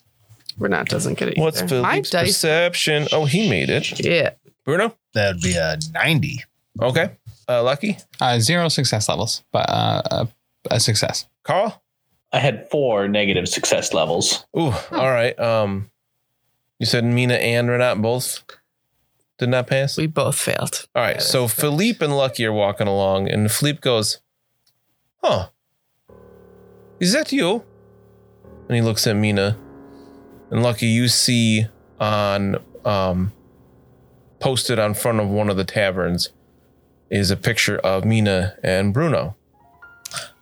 Renat doesn't get it.
What's
either. My
Philippe's
dice?
perception? Oh, he made it.
Yeah.
Bruno.
That'd be a ninety.
Okay. Uh, Lucky.
Uh, zero success levels, but uh, a, a success.
Carl.
I had four negative success levels.
Ooh. All right. Um, you said Mina and Renat both did not pass.
We both failed.
All right. So Philippe and Lucky are walking along, and Philippe goes, Huh. Is that you? And he looks at Mina. And Lucky, you see on um posted on front of one of the taverns is a picture of Mina and Bruno.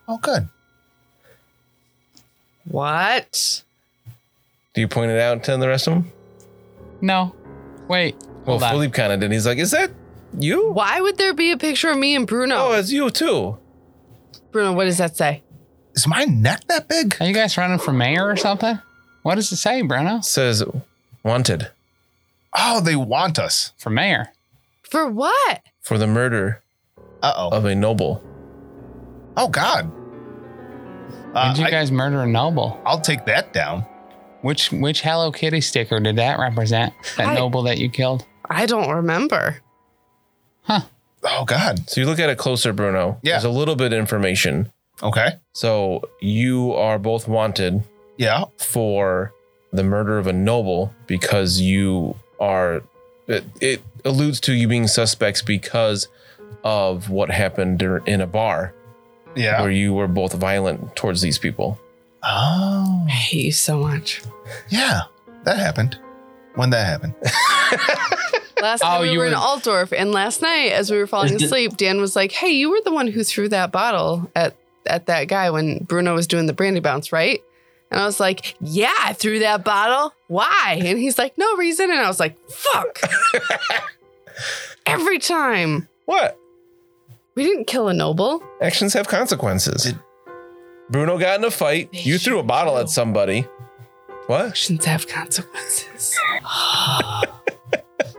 Oh, good.
What?
Do you point it out to the rest of them?
No. Wait.
Well,
Hold on.
Philippe kind of did. He's like, Is that you?
Why would there be a picture of me and
Oh,
Bruno?
it's you too.
Bruno, what does that say?
Is my neck that big?
Are you guys running for mayor or something? What does it say, Bruno?
Says wanted
Oh, they want us.
For mayor.
For what?
for the murder
Uh oh.
of a noble.
Oh God. Uh,
Did you
I,
guys murder a noble?
I'll take that down.
Which which Hello Kitty sticker did that represent? That
I-
noble that you killed?
I don't remember.
Huh.
Oh God.
So you look at it closer, Bruno.
Yeah.
There's a little bit of information.
Okay.
So you are both wanted
Yeah.
for the murder of a noble because you are. It, it alludes to you being suspects because of what happened dur- in a bar
Yeah.
where you were both violent towards these people.
Oh.
I hate you so much.
Yeah. That happened. When that happened.
Last
[LAUGHS] Oh,
time we
you
were in
were-
Altdorf, and last night as we were falling asleep, Dan was like, "Hey, you were the one who threw that bottle at at that guy when Bruno was doing the brandy bounce, right?" And I was like, "Yeah, I threw that bottle. Why?" And he's like, "No reason." And I was like,
[LAUGHS]
"Fuck." Every time
What?
we didn't kill a noble.
Actions have consequences.
Did-
Bruno got in a fight.
They
You threw a
should
bottle
know.
at somebody. What?
Actions have consequences. [GASPS]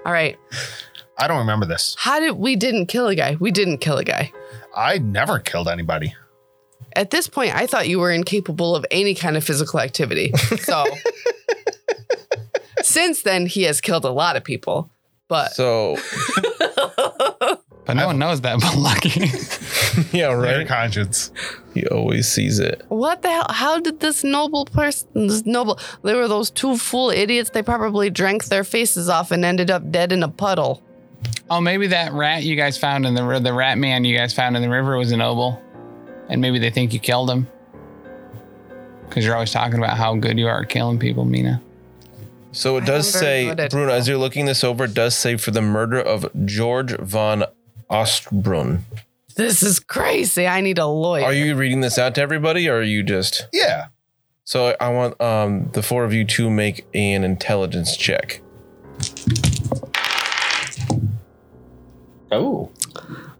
All right.
I don't remember this.
How did we didn't kill a guy? We didn't kill a guy.
I never killed anybody.
At this point, I thought you were incapable of any kind of physical activity.
[LAUGHS]
So since then, he has killed a lot of people. But
So,
But no one knows that [LAUGHS] but Lucky.
yeah,
Right.
right.
Conscience.
He always sees it.
what the hell? How did this noble person, this noble, there were those two fool idiots. They probably drank their faces off and ended up dead in a puddle.
oh, maybe that rat you guys found in the ri- the rat man you guys found in the river was a noble, and maybe they think you killed him because you're always talking about how good you are at killing people, Mina.
So it
I
does
am very
say,
good at-
Bruno, as you're looking this over, it does say for the murder of George von Ostbrunn.
This is crazy. I need a lawyer.
Are you reading this out to everybody or are you just.
Yeah.
So I want um, the four of you to make an intelligence check.
Oh,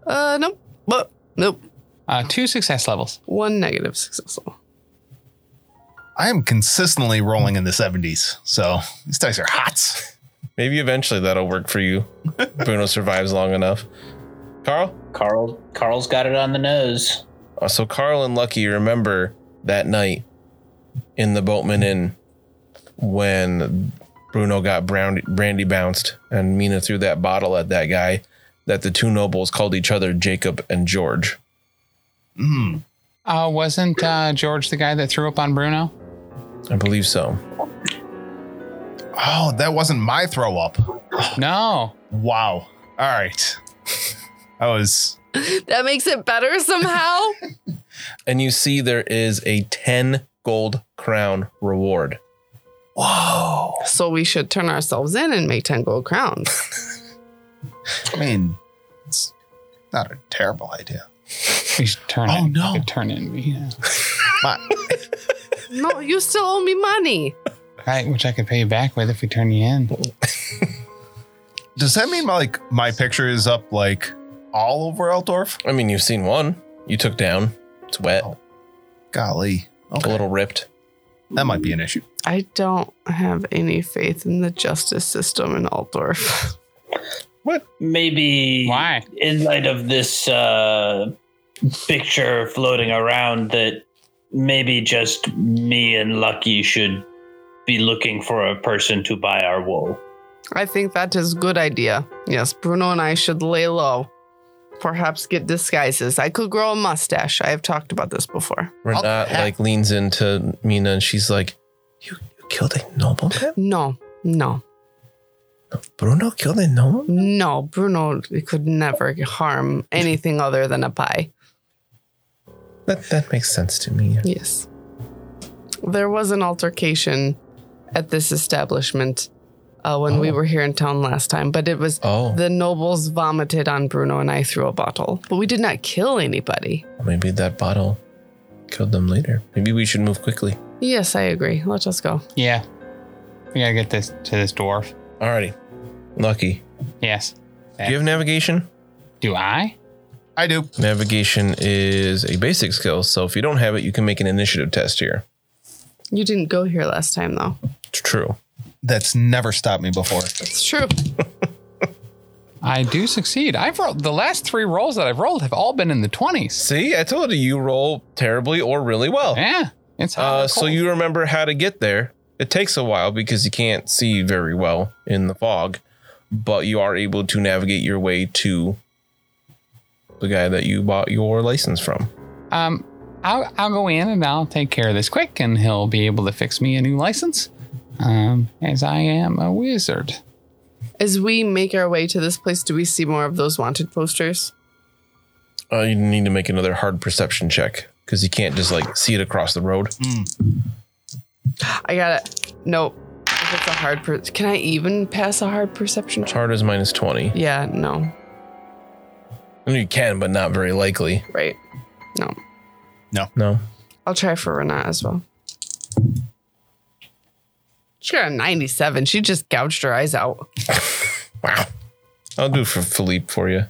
uh, nope. But, nope.
Uh, two success levels.
One negative successful.
I am consistently rolling in the 70s. So these dice are hot.
Maybe eventually that'll work for [LAUGHS] you. Bruno survives long enough. Carl?
Carl. Carl's got it on the nose.
Uh, so Carl and Lucky remember that night in the Boatman Inn when Bruno got brown, brandy bounced and Mina threw that bottle at that guy. That the two nobles called each other Jacob and George.
Mm.
Uh, wasn't uh, George the guy that threw up on Bruno?
I believe so.
Oh, that wasn't my throw up.
No.
Wow. All right. [LAUGHS] I was.
That makes it better somehow.
And you see, there is a 10 gold crown reward.
Whoa.
[LAUGHS] so we should turn ourselves in and make 10 gold crowns.
I mean, it's not a terrible idea.
We should turn
Oh,
it.
no.
We should Turn it. Mina.
My,
No, you still owe me money.
Right, which I could pay you back with if we turn you in.
does that mean like my picture is up like all over Eldorf?
I mean, you've seen one you took down. It's wet,
Oh, Golly.
a
Okay.
little ripped.
That might be an issue.
I don't have any faith in the justice system in Altdorf.
Maybe
Why?
in light of this uh, picture floating around that maybe just me and Lucky should be looking for a person to buy our wool.
I think that is good idea. Yes, Bruno and I should lay low. Perhaps get disguises. I could grow a mustache. I have talked about this before.
Renat
heck?
like leans into Mina and she's like, "You, you killed a nobleman?
No, no,
Bruno killed a nobleman?
no. Bruno could never harm anything other than a pie.
That that makes sense to me.
Yes. There was an altercation at this establishment uh, when we
Oh.
were here in town last time, but it was
Oh,
the nobles vomited on Bruno and I through a bottle. But we did not kill anybody.
maybe that bottle killed them later. Maybe we should move quickly.
Yes, I agree. Let us go.
Yeah. We gotta get this to this dwarf.
Alrighty, Lucky.
Yes.
Do you have navigation?
Do I?
I do.
Navigation is a basic skill, so if you don't have it, you can make an initiative test here.
You didn't go here last time, though.
It's true.
That's never stopped me before.
It's true.
I do succeed. I've rolled the last three rolls that I've rolled have all been in the twenties.
See, I told you you roll terribly or really well.
Yeah. It's hot
Uh,
or
so
cold.
you remember how to get there. It takes a while because you can't see very well in the fog, but you are able to navigate your way to the guy that you bought your license from.
Um, I'll, I'll go in and I'll take care of this quick, and he'll be able to fix me a new license, um, as I am a wizard.
As we make our way to this place, do we see more of those wanted posters?
Uh, you need to make another hard perception check because you can't just like see it across the road.
I got it. Nope. If it's a hard per- can I even pass a hard perception check?
Hard is minus 20.
Yeah, no.
I mean, you can, but not very likely.
Right.
No.
I'll try for Renat as well. She got a 97. She just gouged her eyes out.
Wow. I'll do for Philippe for you.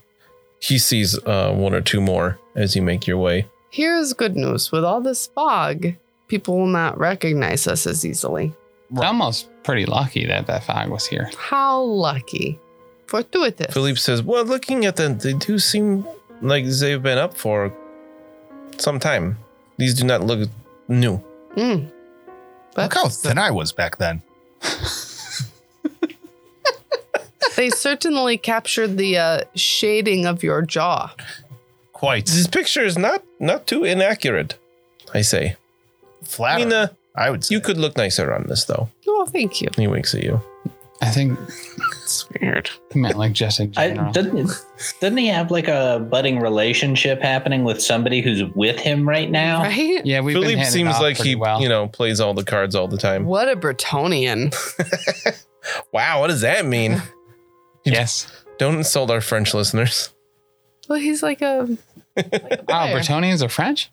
He sees uh, one or two more as you make your way.
Here's good news. With all this fog, people will not recognize us as easily.
It's almost pretty lucky that that fog was here.
How lucky. Fortuitous.
Philippe says, Well, looking at them, they do seem like they've been up for some time. These do not look new.
Mm.
Look how thin I was back then.
They certainly captured the uh, shading of your jaw.
Quite
This picture is not not too inaccurate, I say.
flat.
I mean, uh,
I would say.
you could look nicer on this, though.
Oh, thank you.
He winks at you.
I think
It's weird.
he meant like just
[LAUGHS]
in
I,
general.
doesn't, doesn't he have like a budding relationship happening with somebody who's with him right now?
Oh. Right?
yeah, we've been hitting
Philippe
it
seems
off
like
pretty
he,
well.
you know, plays all the cards all the time.
What a Bretonian.
Wow, what does
[LAUGHS]
that mean? [LAUGHS]
yes.
Don't insult our French listeners, [LAUGHS]
Well, he's like a. [LAUGHS] Like a
Oh,
player.
Bretonians are French.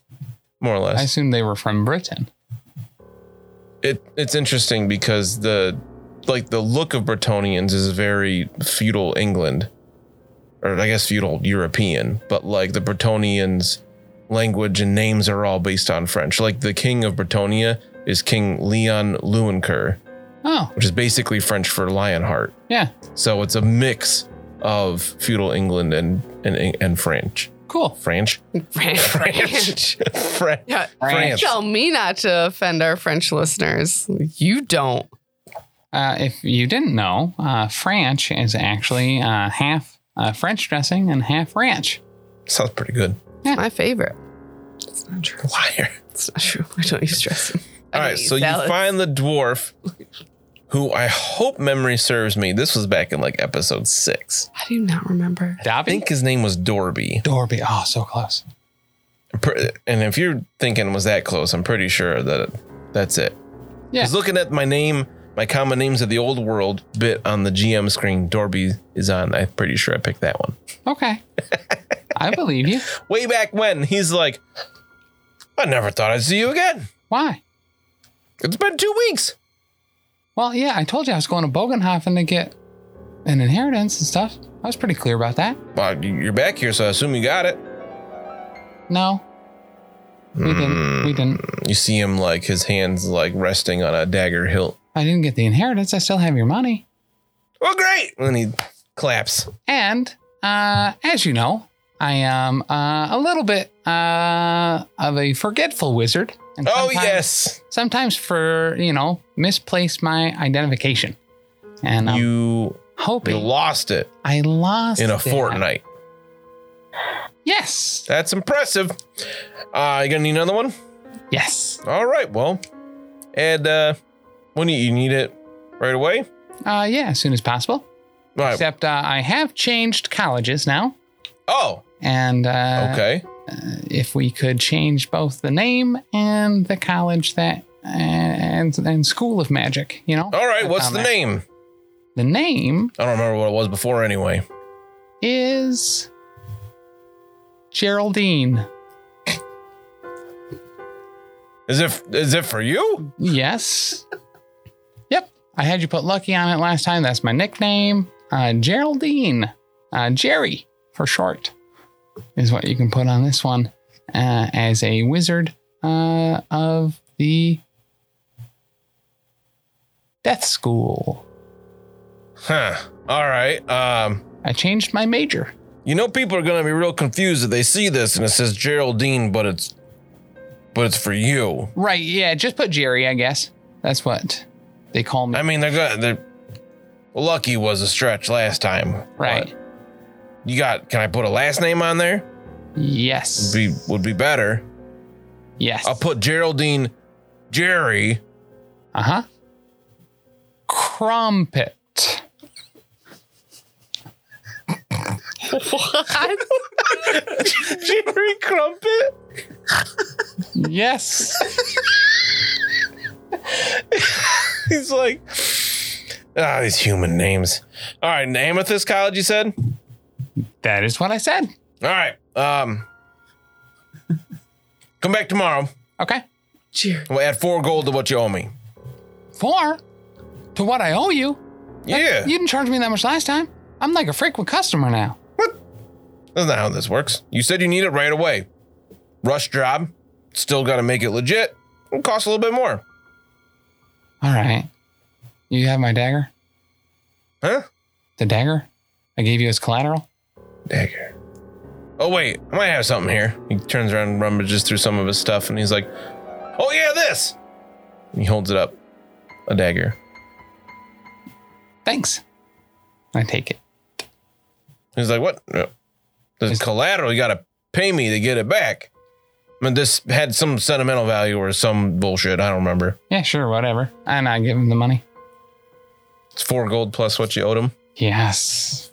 more or
I
less.
assume they were from Britain.
It it's interesting because the like the look of Bretonians is very feudal England, or I guess feudal European, but like the Bretonians language and names are all based on French. Like the king of Bretonia is King Leon Leuwenhoek,
Oh,
which is basically French for Lionheart.
yeah.
So it's a mix of feudal England and and and French.
Cool.
French. [LAUGHS]
French.
French. French.
Yeah,
France.
tell me not to offend our French listeners. You don't.
Uh, if you didn't know, uh, French is actually uh, half uh, French dressing and half ranch.
Sounds pretty good.
It's my favorite. It's not true.
Liar.
It's not true. [LAUGHS] I don't use dressing. I
All
don't
right,
eat
so you
salads.
find the dwarf who I hope memory serves me. This was back in like episode six.
I do not [LAUGHS] remember.
I
Dobby?
think his name was Dorby.
Dorby. Oh, so close.
Per- And if you're thinking was that close, I'm pretty sure that that's it.
Yeah.
Because looking at my name, my common names of the old world bit on the GM screen, Dorby is on. I'm pretty sure I picked that one.
[LAUGHS] Okay. I believe you.
Way back when, he's like, I never thought I'd see you again.
Why?
It's been two weeks.
Well, yeah, I told you I was going to Bogenhofen to get an inheritance and stuff. I was pretty clear about that.
Well, you're back here, so I assume you got it.
No. We didn't. We didn't.
Mm, You see him like his hands like resting on a dagger hilt.
I didn't get the inheritance. I still have your money.
Oh, great! And he claps.
And uh, as you know, I am uh, a little bit uh, of a forgetful wizard. And
Oh
sometimes-
yes,
Sometimes for you know misplace my identification, and I'm
you you
hoping
lost it
I lost
in a
it.
fortnight.
Yes.
That's impressive. Uh, you gonna need another one?
Yes.
All right. Well, and uh, when do you need it? Right away. All
Uh, yeah, as soon as possible.
right.
Except uh, I have changed colleges now.
oh,
And uh,
okay.
if we could change both the name and the college that uh, and and school of magic, you know.
All right.
I
What's
found
the
that.
name?
The name
I don't remember what it was before. Anyway,
is Geraldine.
is it is it for you?
Yes. yep. I had you put Lucky on it last time. That's my nickname. Uh, Geraldine. Uh, Jerry, for short, is what you can put on this one uh, as a wizard uh, of the Death School.
Huh. All right. Um.
I changed my major.
You know, people are gonna be real confused if they see this and it says Geraldine, but it's, but it's for you.
Right. Yeah. Just put Jerry, I guess. That's what they call me.
I mean, they're gonna. They're, lucky was a stretch last time.
right.
but You got? Can I put a last name on there?
Yes.
Would be would be better.
yes.
I'll put Geraldine, Jerry.
Uh huh. Crumpet.
What?
[LAUGHS] Jerry Crumpet.
Yes.
He's like, ah, these human names. All right, and Amethyst College. You said.
that is what I said.
All right. [LAUGHS] Um. Come back tomorrow.
Okay.
Jerry.
We'll add four gold to what you owe me.
Four to what I owe you.
Yeah.
You didn't charge me that much last time. I'm like a frequent customer now.
That's not how this works. You said you need it right away. Rush job. Still got to make it legit. It costs a little bit more.
All right. You have my dagger?
Huh?
The dagger I gave you as collateral?
Dagger. Oh, wait. I might have something here. He turns around and rummages through some of his stuff and he's like, Oh, yeah, this. And he holds it up. A dagger.
Thanks. I take it.
He's like, What? Uh, This
Just-
collateral. You got to pay me to get it back. I mean, this had some sentimental value or some bullshit. I don't remember.
Yeah, sure, whatever. And I give him the money.
It's four gold plus what you owed him.
Yes.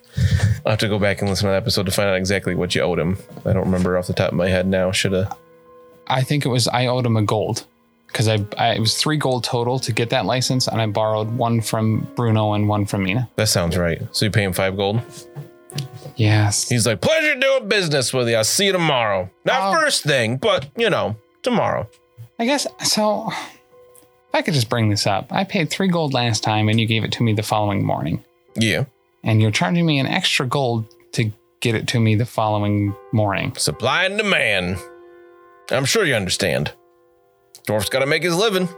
I'll have to go back and listen to that episode to find out exactly what you owed him. I don't remember off the top of my head now. Should have.
I think it was I owed him a gold because I, I it was three gold total to get that license, and I borrowed one from Bruno and one from Mina.
That sounds right. So you pay him five gold.
Yes.
He's like, pleasure doing business with you. I'll see you tomorrow. Not
Oh.
first thing, but you know, tomorrow.
I guess so. If I could just bring this up, I paid three gold last time, and you gave it to me the following morning,
Yeah.
and you're charging me an extra gold to get it to me the following morning.
Supply and demand. I'm sure you understand. Dwarf's got to make his living.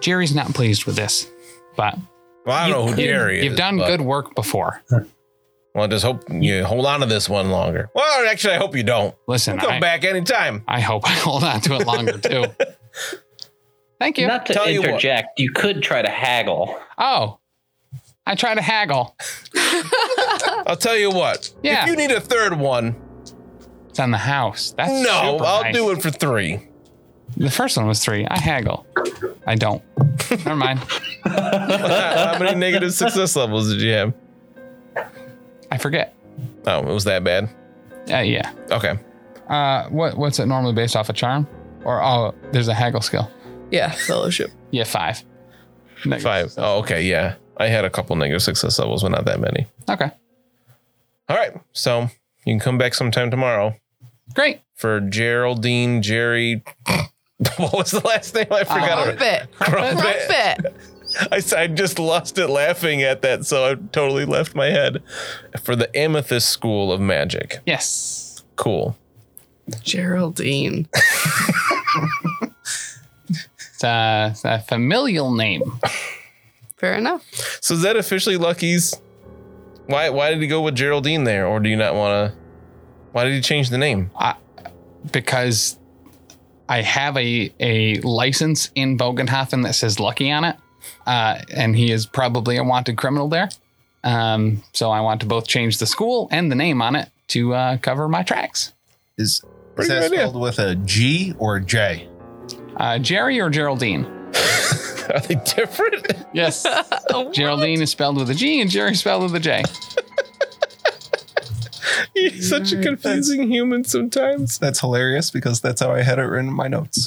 Jerry's not pleased with this, but
Well, I don't know who Jerry is.
you've done
but-
good work before.
Well, I just hope you hold on to this one longer. Well, actually, I hope you don't.
Listen,
Come
I,
back anytime.
I hope I hold on to it longer
[LAUGHS]
too. Thank you.
Not to
Tell you what.
interject, you, could try to haggle.
Oh, I try to haggle.
I'll tell you what.
Yeah.
If you need a third one,
It's on the house. That's
no,
super
I'll
nice.
do it for three.
The first one was three. I haggle. I don't. Never mind.
How many negative success levels did you have?
I forget.
Oh, it was that bad.
Uh, yeah.
Okay.
Uh, what what's it normally based off a charm? Or oh, there's a haggle skill.
Yeah, fellowship.
Yeah, five. Negative
Five.
success.
Oh, okay. Yeah. I had a couple negative success levels, but not that many.
Okay.
All right. So you can come back sometime tomorrow
Great.
for Geraldine, Jerry. [LAUGHS] what was the last name? I forgot.
Uh,
already.
Crumpet.
Crumpet.
Crumpet.
I, s- I just lost it laughing at that, so I totally left my head. For the Amethyst School of Magic.
Yes.
Cool.
Geraldine.
It's a, it's a familial name.
Fair enough.
So is that officially Lucky's? Why why did he go with Geraldine there, or do you not want to? Why did he change the name?
because I have a a license in Bogenhofen that says Lucky on it, uh, and he is probably a wanted criminal there. Um, so I want to both change the school and the name on it to uh, cover my tracks.
Is, is
Pretty
that
good idea.
spelled with a G or a J?
Uh, Jerry or Geraldine?
Are [LAUGHS] they different?
Yes. [LAUGHS] Geraldine is spelled with a G and Jerry is spelled with a J.
He's such a confusing human sometimes.
That's hilarious because that's how I had it written in my
[LAUGHS]
notes.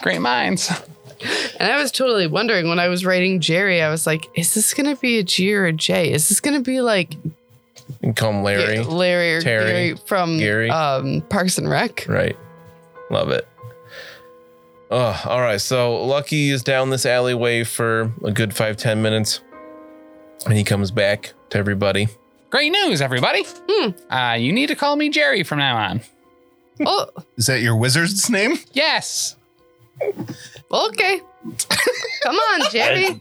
Great minds.
And I was totally wondering when I was writing Jerry, I was like, is this going to be a G or a J? Is this going to be like
And call him Larry.
Larry or
Terry,
Gary from
Gary.
Um, Parks and
[LAUGHS]
Rec?
Right. Love it. Oh, all right. So Lucky is down this alleyway for a good five, ten minutes. And he comes back to everybody.
Great news, everybody. Uh, you need to call me Jerry from now on.
oh,
Is that your wizard's name?
Yes.
okay. [LAUGHS] Come on, Jerry.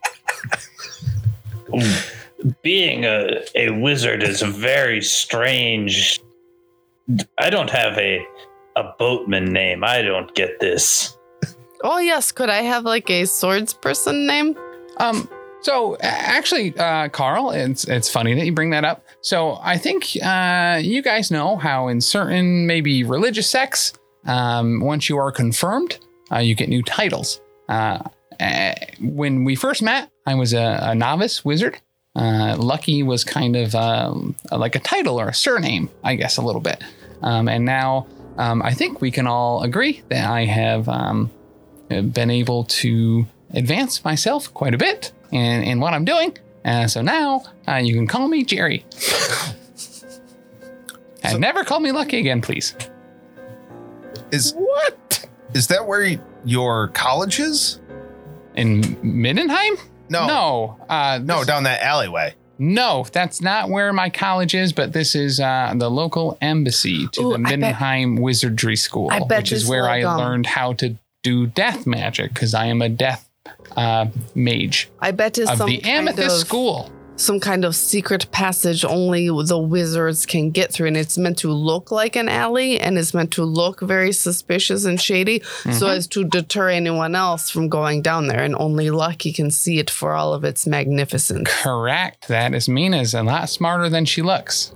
being a, a wizard is a very strange i don't have a a boatman name i don't get this
Oh, yes. Could I have like a swords person name?
Um, So a- actually, uh, Carl, it's it's funny that you bring that up. So I think uh, you guys know how in certain maybe religious sects, um, once you are confirmed, uh, you get new titles. Uh, eh, when we first met, I was a, a novice wizard. Uh, Lucky was kind of um, like a title or a surname, I guess, a little bit. Um, and now um, I think we can all agree that I have um, been able to advance myself quite a bit in, in what I'm doing. Uh, so now uh, you can call me Jerry. and never call me Lucky again, please.
Is what? Is that where y- your college is?
In Middenheim?
No, no,
No. Uh, this-
down that alleyway.
no, that's not where my college is, but this is uh, the local embassy to
Ooh,
the
I bet-
Middenheim Wizardry School,
I bet
which is
this
where I
little gum-
learned how to do death magic because I am a death uh, mage
I bet it's
of
some
the
kind
Amethyst
of,
School.
some kind of secret passage only the wizards can get through, and it's meant to look like an alley, and it's meant to look very suspicious and shady, so
Mm-hmm.
as to deter anyone else from going down there, and only Lucky can see it for all of its magnificence.
Correct. That is Mina's a lot smarter than she looks.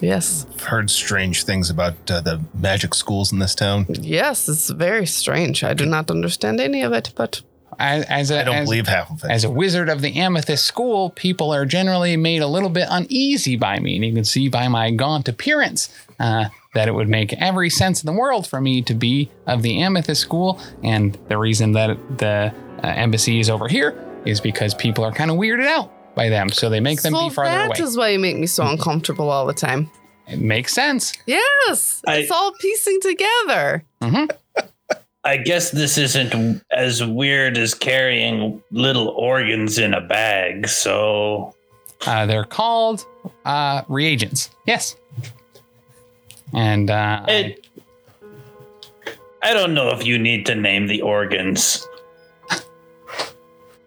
Yes,
I've heard strange things about uh, the magic schools in this town.
yes, it's very strange. I do not understand any of it, but
As, as a,
I don't
as,
believe half of it.
as a wizard of the Amethyst School, people are generally made a little bit uneasy by me, and you can see by my gaunt appearance uh, that it would make every sense in the world for me to be of the Amethyst School. And the reason that the uh, embassy is over here is because people are kind of weirded out by them, so they make them
so
be farther away. Mm-hmm.
that is why you make me so uncomfortable all the time.
it makes sense.
Yes,
I-
it's all piecing together.
I guess this isn't as weird as carrying little organs in a bag. So
Uh, they're called uh, reagents. Yes. And uh, I-
it, I don't know if you need to name the organs.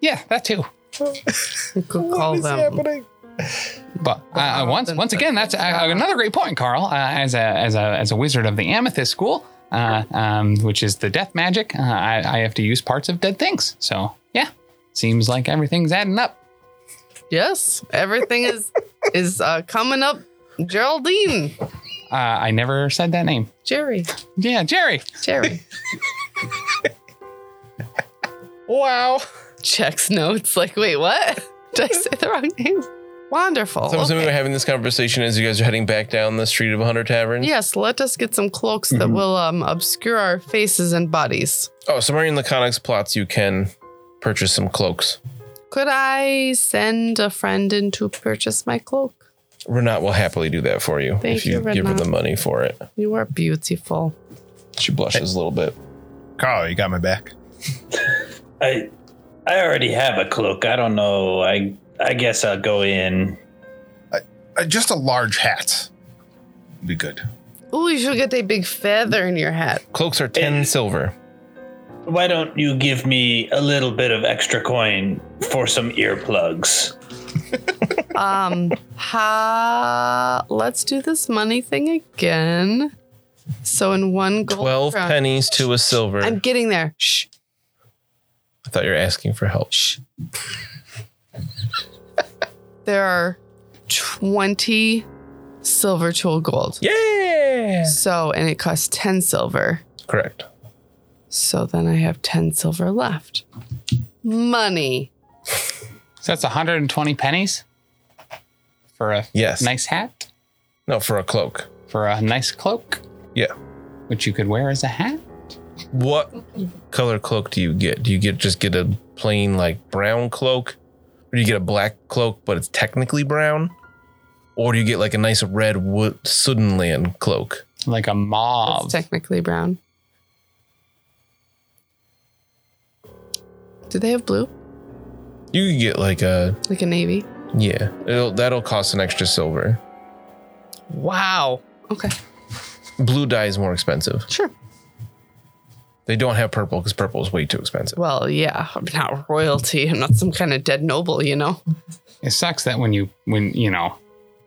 yeah, that too.
You could call them.
But uh, once once again, that's uh, another great point, Carl. Uh, as a as a as a wizard of the Amethyst School, uh, um, which is the death magic, uh, I, I have to use parts of dead things. So yeah, seems like everything's adding up.
Yes, everything is is uh, coming up. Geraldine,
Uh, I never said that name.
Jerry,
Yeah, Jerry.
Jerry
Wow.
checks notes. Like, wait, what? Did I say the wrong name? Wonderful.
So I'm assuming
Okay.
we're having this conversation as you guys are heading back down the street of 100 Tavern.
Yes, let us get some cloaks that
Mhm.
will um, obscure our faces and bodies.
Oh, Sumerian Laconics plots you can purchase some cloaks.
Could I send a friend in to purchase my cloak?
Renat will happily do that for you
Thank
if you,
you,
give her
Renat.
the money for it.
You are beautiful.
She blushes a little bit.
Carl, you got my back.
I I already have a cloak. I don't know. I I guess I'll go in.
Uh, just a large hat. Be good.
Ooh, you should get a big feather in your hat.
Cloaks are 10
Eh.
silver.
Why don't you give me a little bit of extra coin for some earplugs?
Um, ha. Let's do this money thing again. So in one gold
12
crown-
pennies to a silver.
I'm getting there. Shh.
I thought you were asking for help.
There are 20 silver to a gold.
Yeah.
So, and it costs 10 silver.
Correct.
So then I have 10 silver left. Money.
So that's 120 pennies for a
Yes.
nice hat,
No, for a cloak.
for a nice cloak.
Yeah.
Which you could wear as a hat.
What color cloak do you get? Do you get just get a plain like brown cloak? Or do you get a black cloak but it's technically brown? Or do you get like a nice red wood Sudanland cloak?
like a
It's
mauve.
technically brown. Do they have blue?
You could get like a
Like a navy?
yeah. It'll, that'll cost an extra silver.
Wow. Okay.
Blue dye is more expensive.
Sure.
They don't have purple because purple is way too expensive.
Well, yeah. [LAUGHS] I'm not royalty. I'm not some kind of dead noble, you know?
it sucks that when you when you know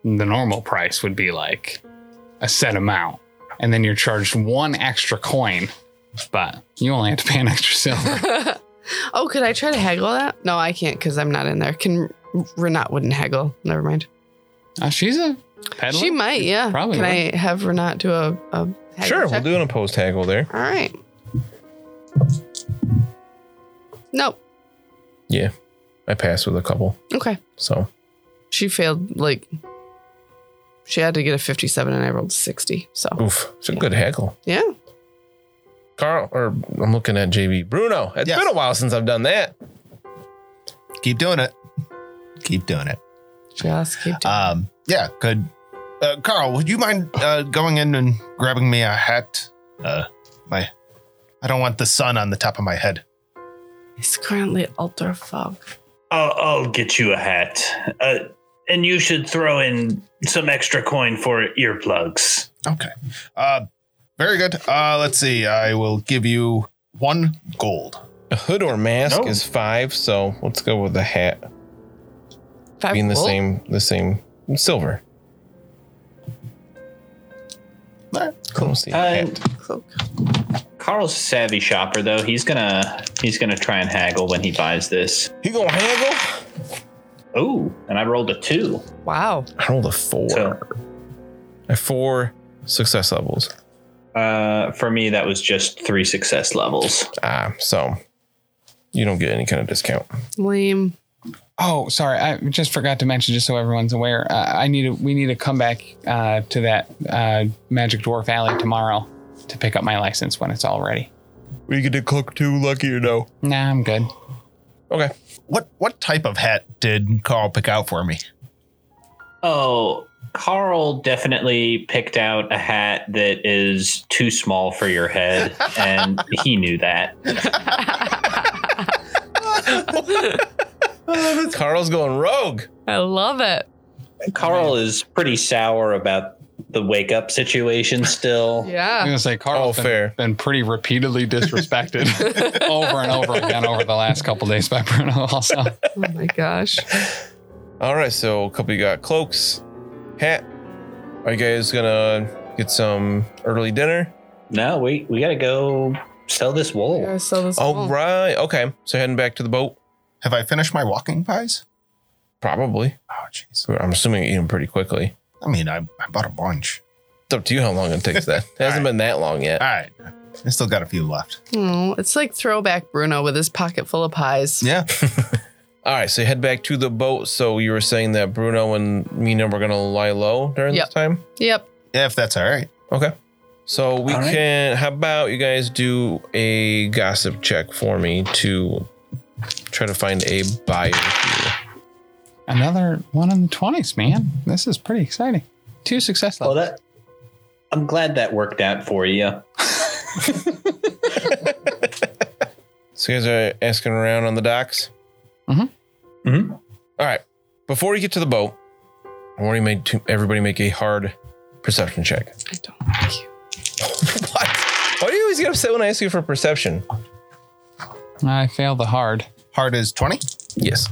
the normal price would be like a set amount, and then you're charged one extra coin, but you only have to pay an extra silver.
Oh, could I try to haggle that? No, I can't because I'm not in there. Can Renat wouldn't haggle? Never mind.
Uh, she's a peddler.
She might, yeah.
Probably
Can I have Renat do a, a haggle
sure,
check?
we'll do an opposed haggle there.
All right. Nope.
I passed with a couple,
Okay.
so
She failed. Like she had to get a 57, and I rolled 60. So
oof, it's a good haggle.
yeah.
Carl, or I'm looking at JV Bruno. It's
Yes.
been a while since I've done that.
Keep doing it. Keep doing it.
Just keep
Uh,
doing.
Um, yeah, good. Uh, Carl, would you mind uh, going in and grabbing me a hat? Uh, my, I don't want the sun on the top of my head.
it's currently ultra fog.
I'll, I'll get you a hat. Uh, and you should throw in some extra coin for earplugs.
Okay. Uh, very good. Uh, let's see. I will give you one gold.
A hood or mask
No.
is five, so let's go with the hat
Five
being the
gold?
same, the same silver.
All right.
Cool. See,
Uh,
hat.
Cloak.
Carl's a savvy shopper though. He's gonna he's gonna try and haggle when he buys this.
You gonna haggle?
Oh, and I rolled a two.
Wow.
I rolled a four.
So
I have four success levels.
uh, for me, that was just three success levels.
Ah, so you don't get any kind of discount.
Lame.
Oh, sorry. I just forgot to mention, just so everyone's aware. Uh, I need to. We need to come back uh, to that uh, Magic Dwarf Alley tomorrow to pick up my license when it's all ready.
We get to cook two lucky or no.
Nah, I'm good.
Okay.
What what type of hat did Carl pick out for me?
Oh, Carl definitely picked out a hat that is too small for your head, and he knew that.
Carl's going rogue.
I love it.
Carl is pretty sour about the wake up situation still.
I'm
Yeah.
gonna say Carl's
Oh,
been,
fair.
been pretty repeatedly disrespected
[LAUGHS] Oh
over and over again over the last couple days by Bruno. Also,
Oh my gosh.
All right, so a couple you got cloaks, hat. Are you guys gonna get some early dinner?
No, we we gotta go sell this wool.
Yeah, so this
Oh.
All
whole-
Oh, right. Okay. So heading back to the boat.
Have I finished my walking pies?
Probably.
Oh, jeez.
I'm assuming you eat them pretty quickly.
I mean, I, I bought a bunch.
It's up to you how long it takes
[LAUGHS]
that. It hasn't been that long yet.
All right. I still got a few left.
Oh, it's like throwback Bruno with his pocket full of pies.
Yeah.
All right, so you head back to the boat. So you were saying that Bruno and Mina were gonna lie low during
Yep.
this time.
Yep.
If that's all right. [LAUGHS]
Okay. So we
All right.
can. How about you guys do a gossip check for me to try to find a buyer? Here.
another one in the twenties, man. This is pretty exciting. Two success
Well,
levels.
that I'm glad that worked out for you.
So you guys are asking around on the docks.
Mhm.
Mm-hmm.
Mhm.
All right. Before we get to the boat, I want to make to everybody make a hard perception check.
I don't like you.
what? Why do you always get upset when I ask you for perception?
I failed the hard.
Hard is 20.
Yes.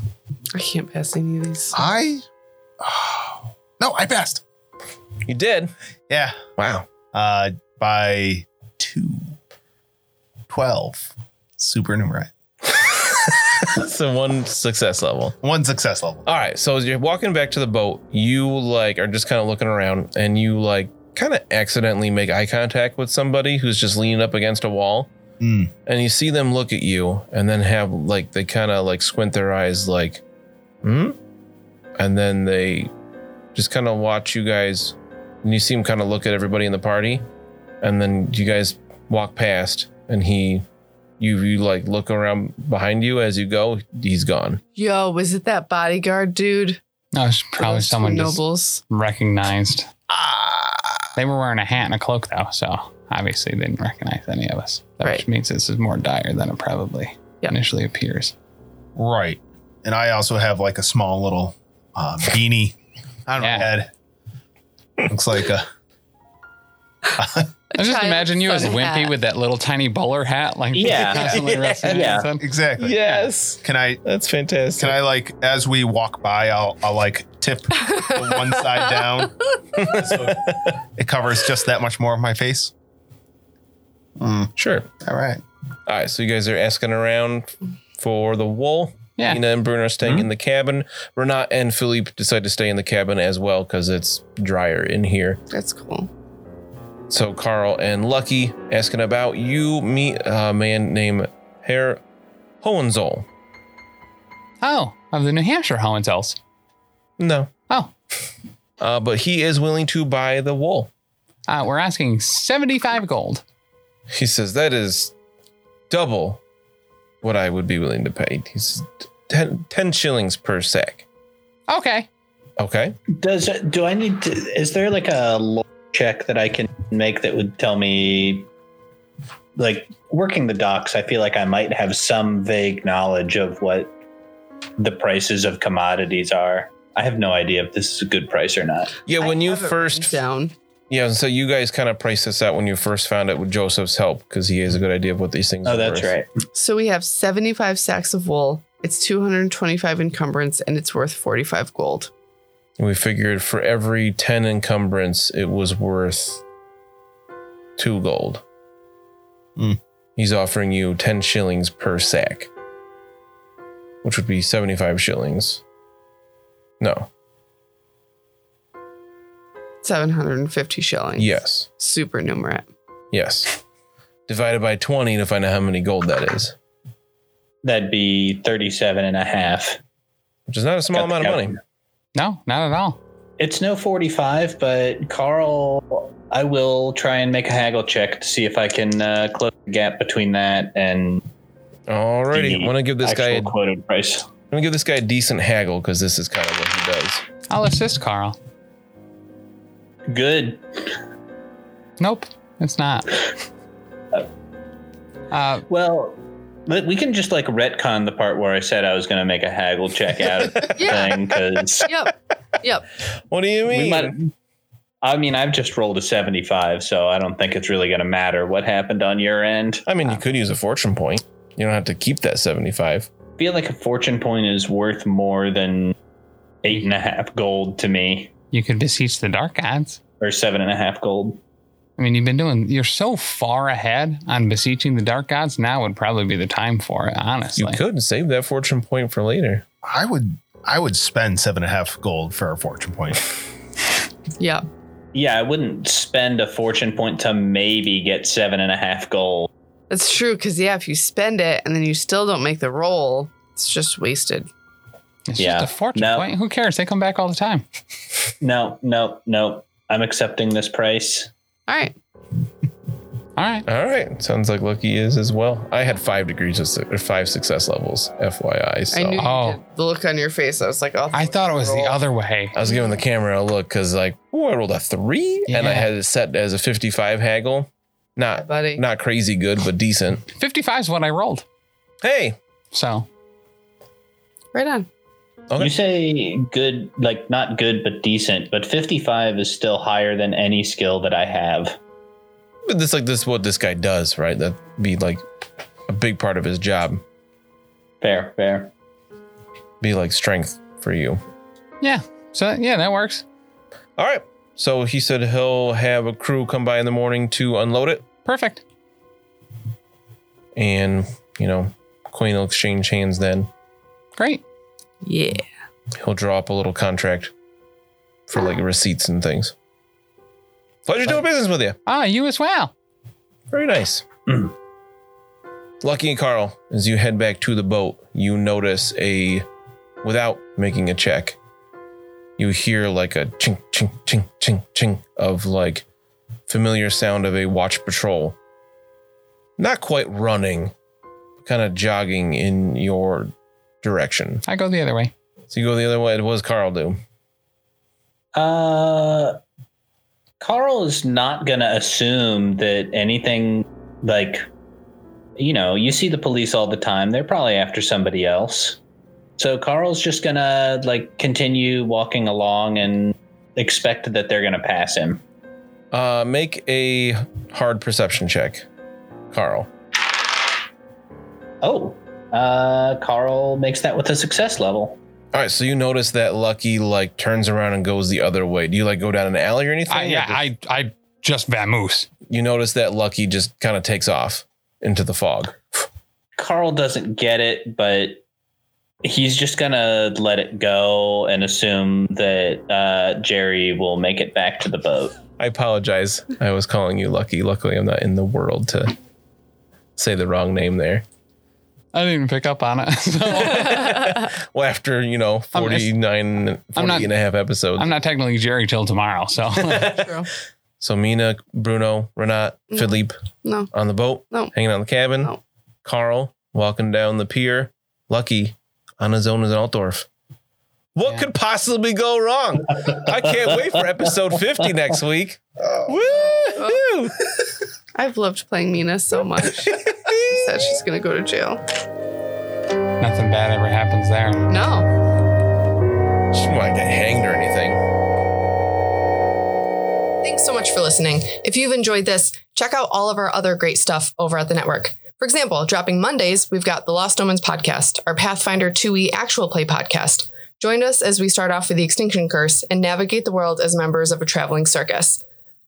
I can't pass any of these.
I. Oh. no, I passed.
You did.
Yeah.
Wow.
Uh, by two. 12. Supernumerate.
[LAUGHS] So one success level.
One success level.
All right. So as you're walking back to the boat, you like are just kind of looking around and you like kind of accidentally make eye contact with somebody who's just leaning up against a wall.
Hmm.
And you see them look at you and then have like they kind of like squint their eyes like, hmm? And then they just kind of watch you guys and you see him kind of look at everybody in the party. And then you guys walk past and he, you, you like look around behind you as you go, he's gone.
Yo, was it that bodyguard dude?
No, it's probably
Those two
someone just
nobles.
recognized. They were wearing a hat and a cloak, though, so obviously they didn't recognize any of us. That
Right.
means this is more dire than it probably
Yep.
initially appears.
Right. And I also have like a small little uh, beanie on my
Yeah.
head. Looks like a. [LAUGHS]
I just
child's
imagine you as
fun
Wimpy
hat.
with that little tiny bowler hat, like [LAUGHS]
Yeah.
constantly wrestling
Yeah.
with something.
Exactly.
Yes.
Can I
That's fantastic.
Can I like as we walk by, I'll I'll like tip the one side down. [LAUGHS] so it covers just that much more of my face.
Sure.
All right.
All right. So you guys are asking around for the wool.
Yeah.
Nina and Bruno are staying in the cabin. Renat and Philippe decide to stay in the cabin as well because it's drier in here.
That's cool.
So Carl and Lucky asking about you meet a man named Herr Hohenzoll.
Oh, of the New Hampshire Hohenzollerns.
No.
Oh,
Uh, but he is willing to buy the wool.
uh, we're asking 75 gold.
He says that is double what I would be willing to pay. He says ten, 10 shillings per sack.
Okay.
Okay.
Does do I need to? Is there like a lore check that I can make that would tell me, like working the docks? I feel like I might have some vague knowledge of what the prices of commodities are. I have no idea if this is a good price or not.
Yeah, when
I
you
have it
first
written down,
Yeah, so you guys kind of priced this out when you first found it with Joseph's help because he has a good idea of what these things are.
Oh, that's
worth.
right.
so we have seventy-five sacks of wool. It's two hundred and twenty-five encumbrance, and it's worth forty-five gold.
And we figured for every 10 encumbrance, it was worth two gold.
Hmm.
He's offering you 10 shillings per sack, which would be 75 shillings. No,
Seven hundred and fifty shillings.
yes,
Supernumerate.
yes. Divided by 20 to find out how many gold that is,
That'd be 37 and a half.
which is not a small
Got the
amount of money.
calculator.
No, not at all.
It's no 45, but Carl, I will try and make a haggle check to see if I can uh, close the gap between that and
Alrighty,
The
want to give this
actual
guy, want
quoted price.
to give this guy a decent haggle because this is kind of what he does.
I'll assist Carl.
Good.
Nope, it's not. Uh,
Well, but we can just like retcon the part where I said I was going to make a haggle check out of
[LAUGHS]
the
[LAUGHS] Yeah.
thing because
Yep. Yep.
What do you mean?
we might. I mean, I've just rolled a 75, so I don't think it's really going to matter what happened on your end.
I mean, you could use a fortune point. You don't have to keep that 75.
I feel like a fortune point is worth more than eight and a half gold to me,
you could beseech the dark gods.
or seven and a half gold.
I mean, you've been doing, you're so far ahead on beseeching the dark gods. Now would probably be the time for it, honestly.
You could save that fortune point for later.
I would I would spend seven and a half gold for a fortune point.
Yep.
Yeah, I wouldn't spend a fortune point to maybe get seven and a half gold.
That's true. Because yeah, if you spend it and then you still don't make the roll, it's just wasted.
It's
Yeah.
just a fortune
No.
point. Who cares? They come back all the time.
No, no, no. I'm accepting this price.
All right.
All right.
All right. Sounds like Lucky is as well. I had five degrees of su- or five success levels, FYI. So
I
I,
knew
Oh.
you did. the look on your face. I was like, oh,
I thought it was the
roll.
other way.
was giving the camera a look because, like, oh, I rolled a three and I
Yeah.
had it set as a 55 haggle. Not
buddy.
not crazy good, but decent.
55 is what I rolled.
Hey,
So,
Right on.
Okay.
You say good, like not good, but decent, but 55 is still higher than any skill that I have.
but this like this is what this guy does, right? That'd be like a big part of his job.
Fair, fair.
Be like strength for you.
yeah. So, yeah, that works.
All right. So he said he'll have a crew come by in the morning to unload it,
Perfect.
and you know, coin will exchange hands. Then
Great.
Yeah.
he'll draw up a little contract for like receipts and things. Pleasure doing business with you.
Ah, you as well.
Very nice.
Mm.
[CLEARS THROAT] Lucky and Carl, as you head back to the boat, you notice a, without making a check, you hear like a ching, ching, ching, ching, ching of like familiar sound of a watch patrol. Not quite running, kind of jogging in your direction.
I go the other way.
So you go the other way. What does Carl do?
Uh, Carl is not going to assume that anything like, you know, you see the police all the time. They're probably after somebody else. So Carl's just going to like continue walking along and expect that they're going to pass him.
Uh, make a hard perception check, Carl.
Oh, uh, Carl makes that with a success level.
All right, so you notice that Lucky like turns around and goes the other way. Do you like go down an alley or anything?
I, yeah,
Or just-
I, I just vamoose.
you notice that Lucky just kind of takes off into the fog.
Carl doesn't get it, but he's just gonna let it go and assume that uh, Jerry will make it back to the boat.
I apologize. I was calling you Lucky. Luckily, I'm not in the world to say the wrong name there.
I didn't even pick up on it. [LAUGHS] So
Well, after, you know,
I'm-
49, 40
I'm not-
and a half episodes.
I'm not technically Jerry till tomorrow. So
True.
So Mina, Bruno, Renat,
Mm.
No.
Philippe
No.
on the boat,
No.
hanging out in the cabin.
No.
Carl walking down the pier. Lucky on his own as an Altdorf. What
Yeah.
could possibly go wrong? I can't wait for episode 50 next week. Woo!
I've loved playing Mina so
[LAUGHS]
much. Said she's gonna go to jail.
nothing bad ever happens there.
No.
[LAUGHS] She might get hanged or anything.
Thanks so much for listening. If you've enjoyed this, check out all of our other great stuff over at the network. For example, dropping Mondays, we've got the Lost Omens podcast, our Pathfinder 2e actual play podcast. Join us as we start off with the Extinction Curse and navigate the world as members of a traveling circus.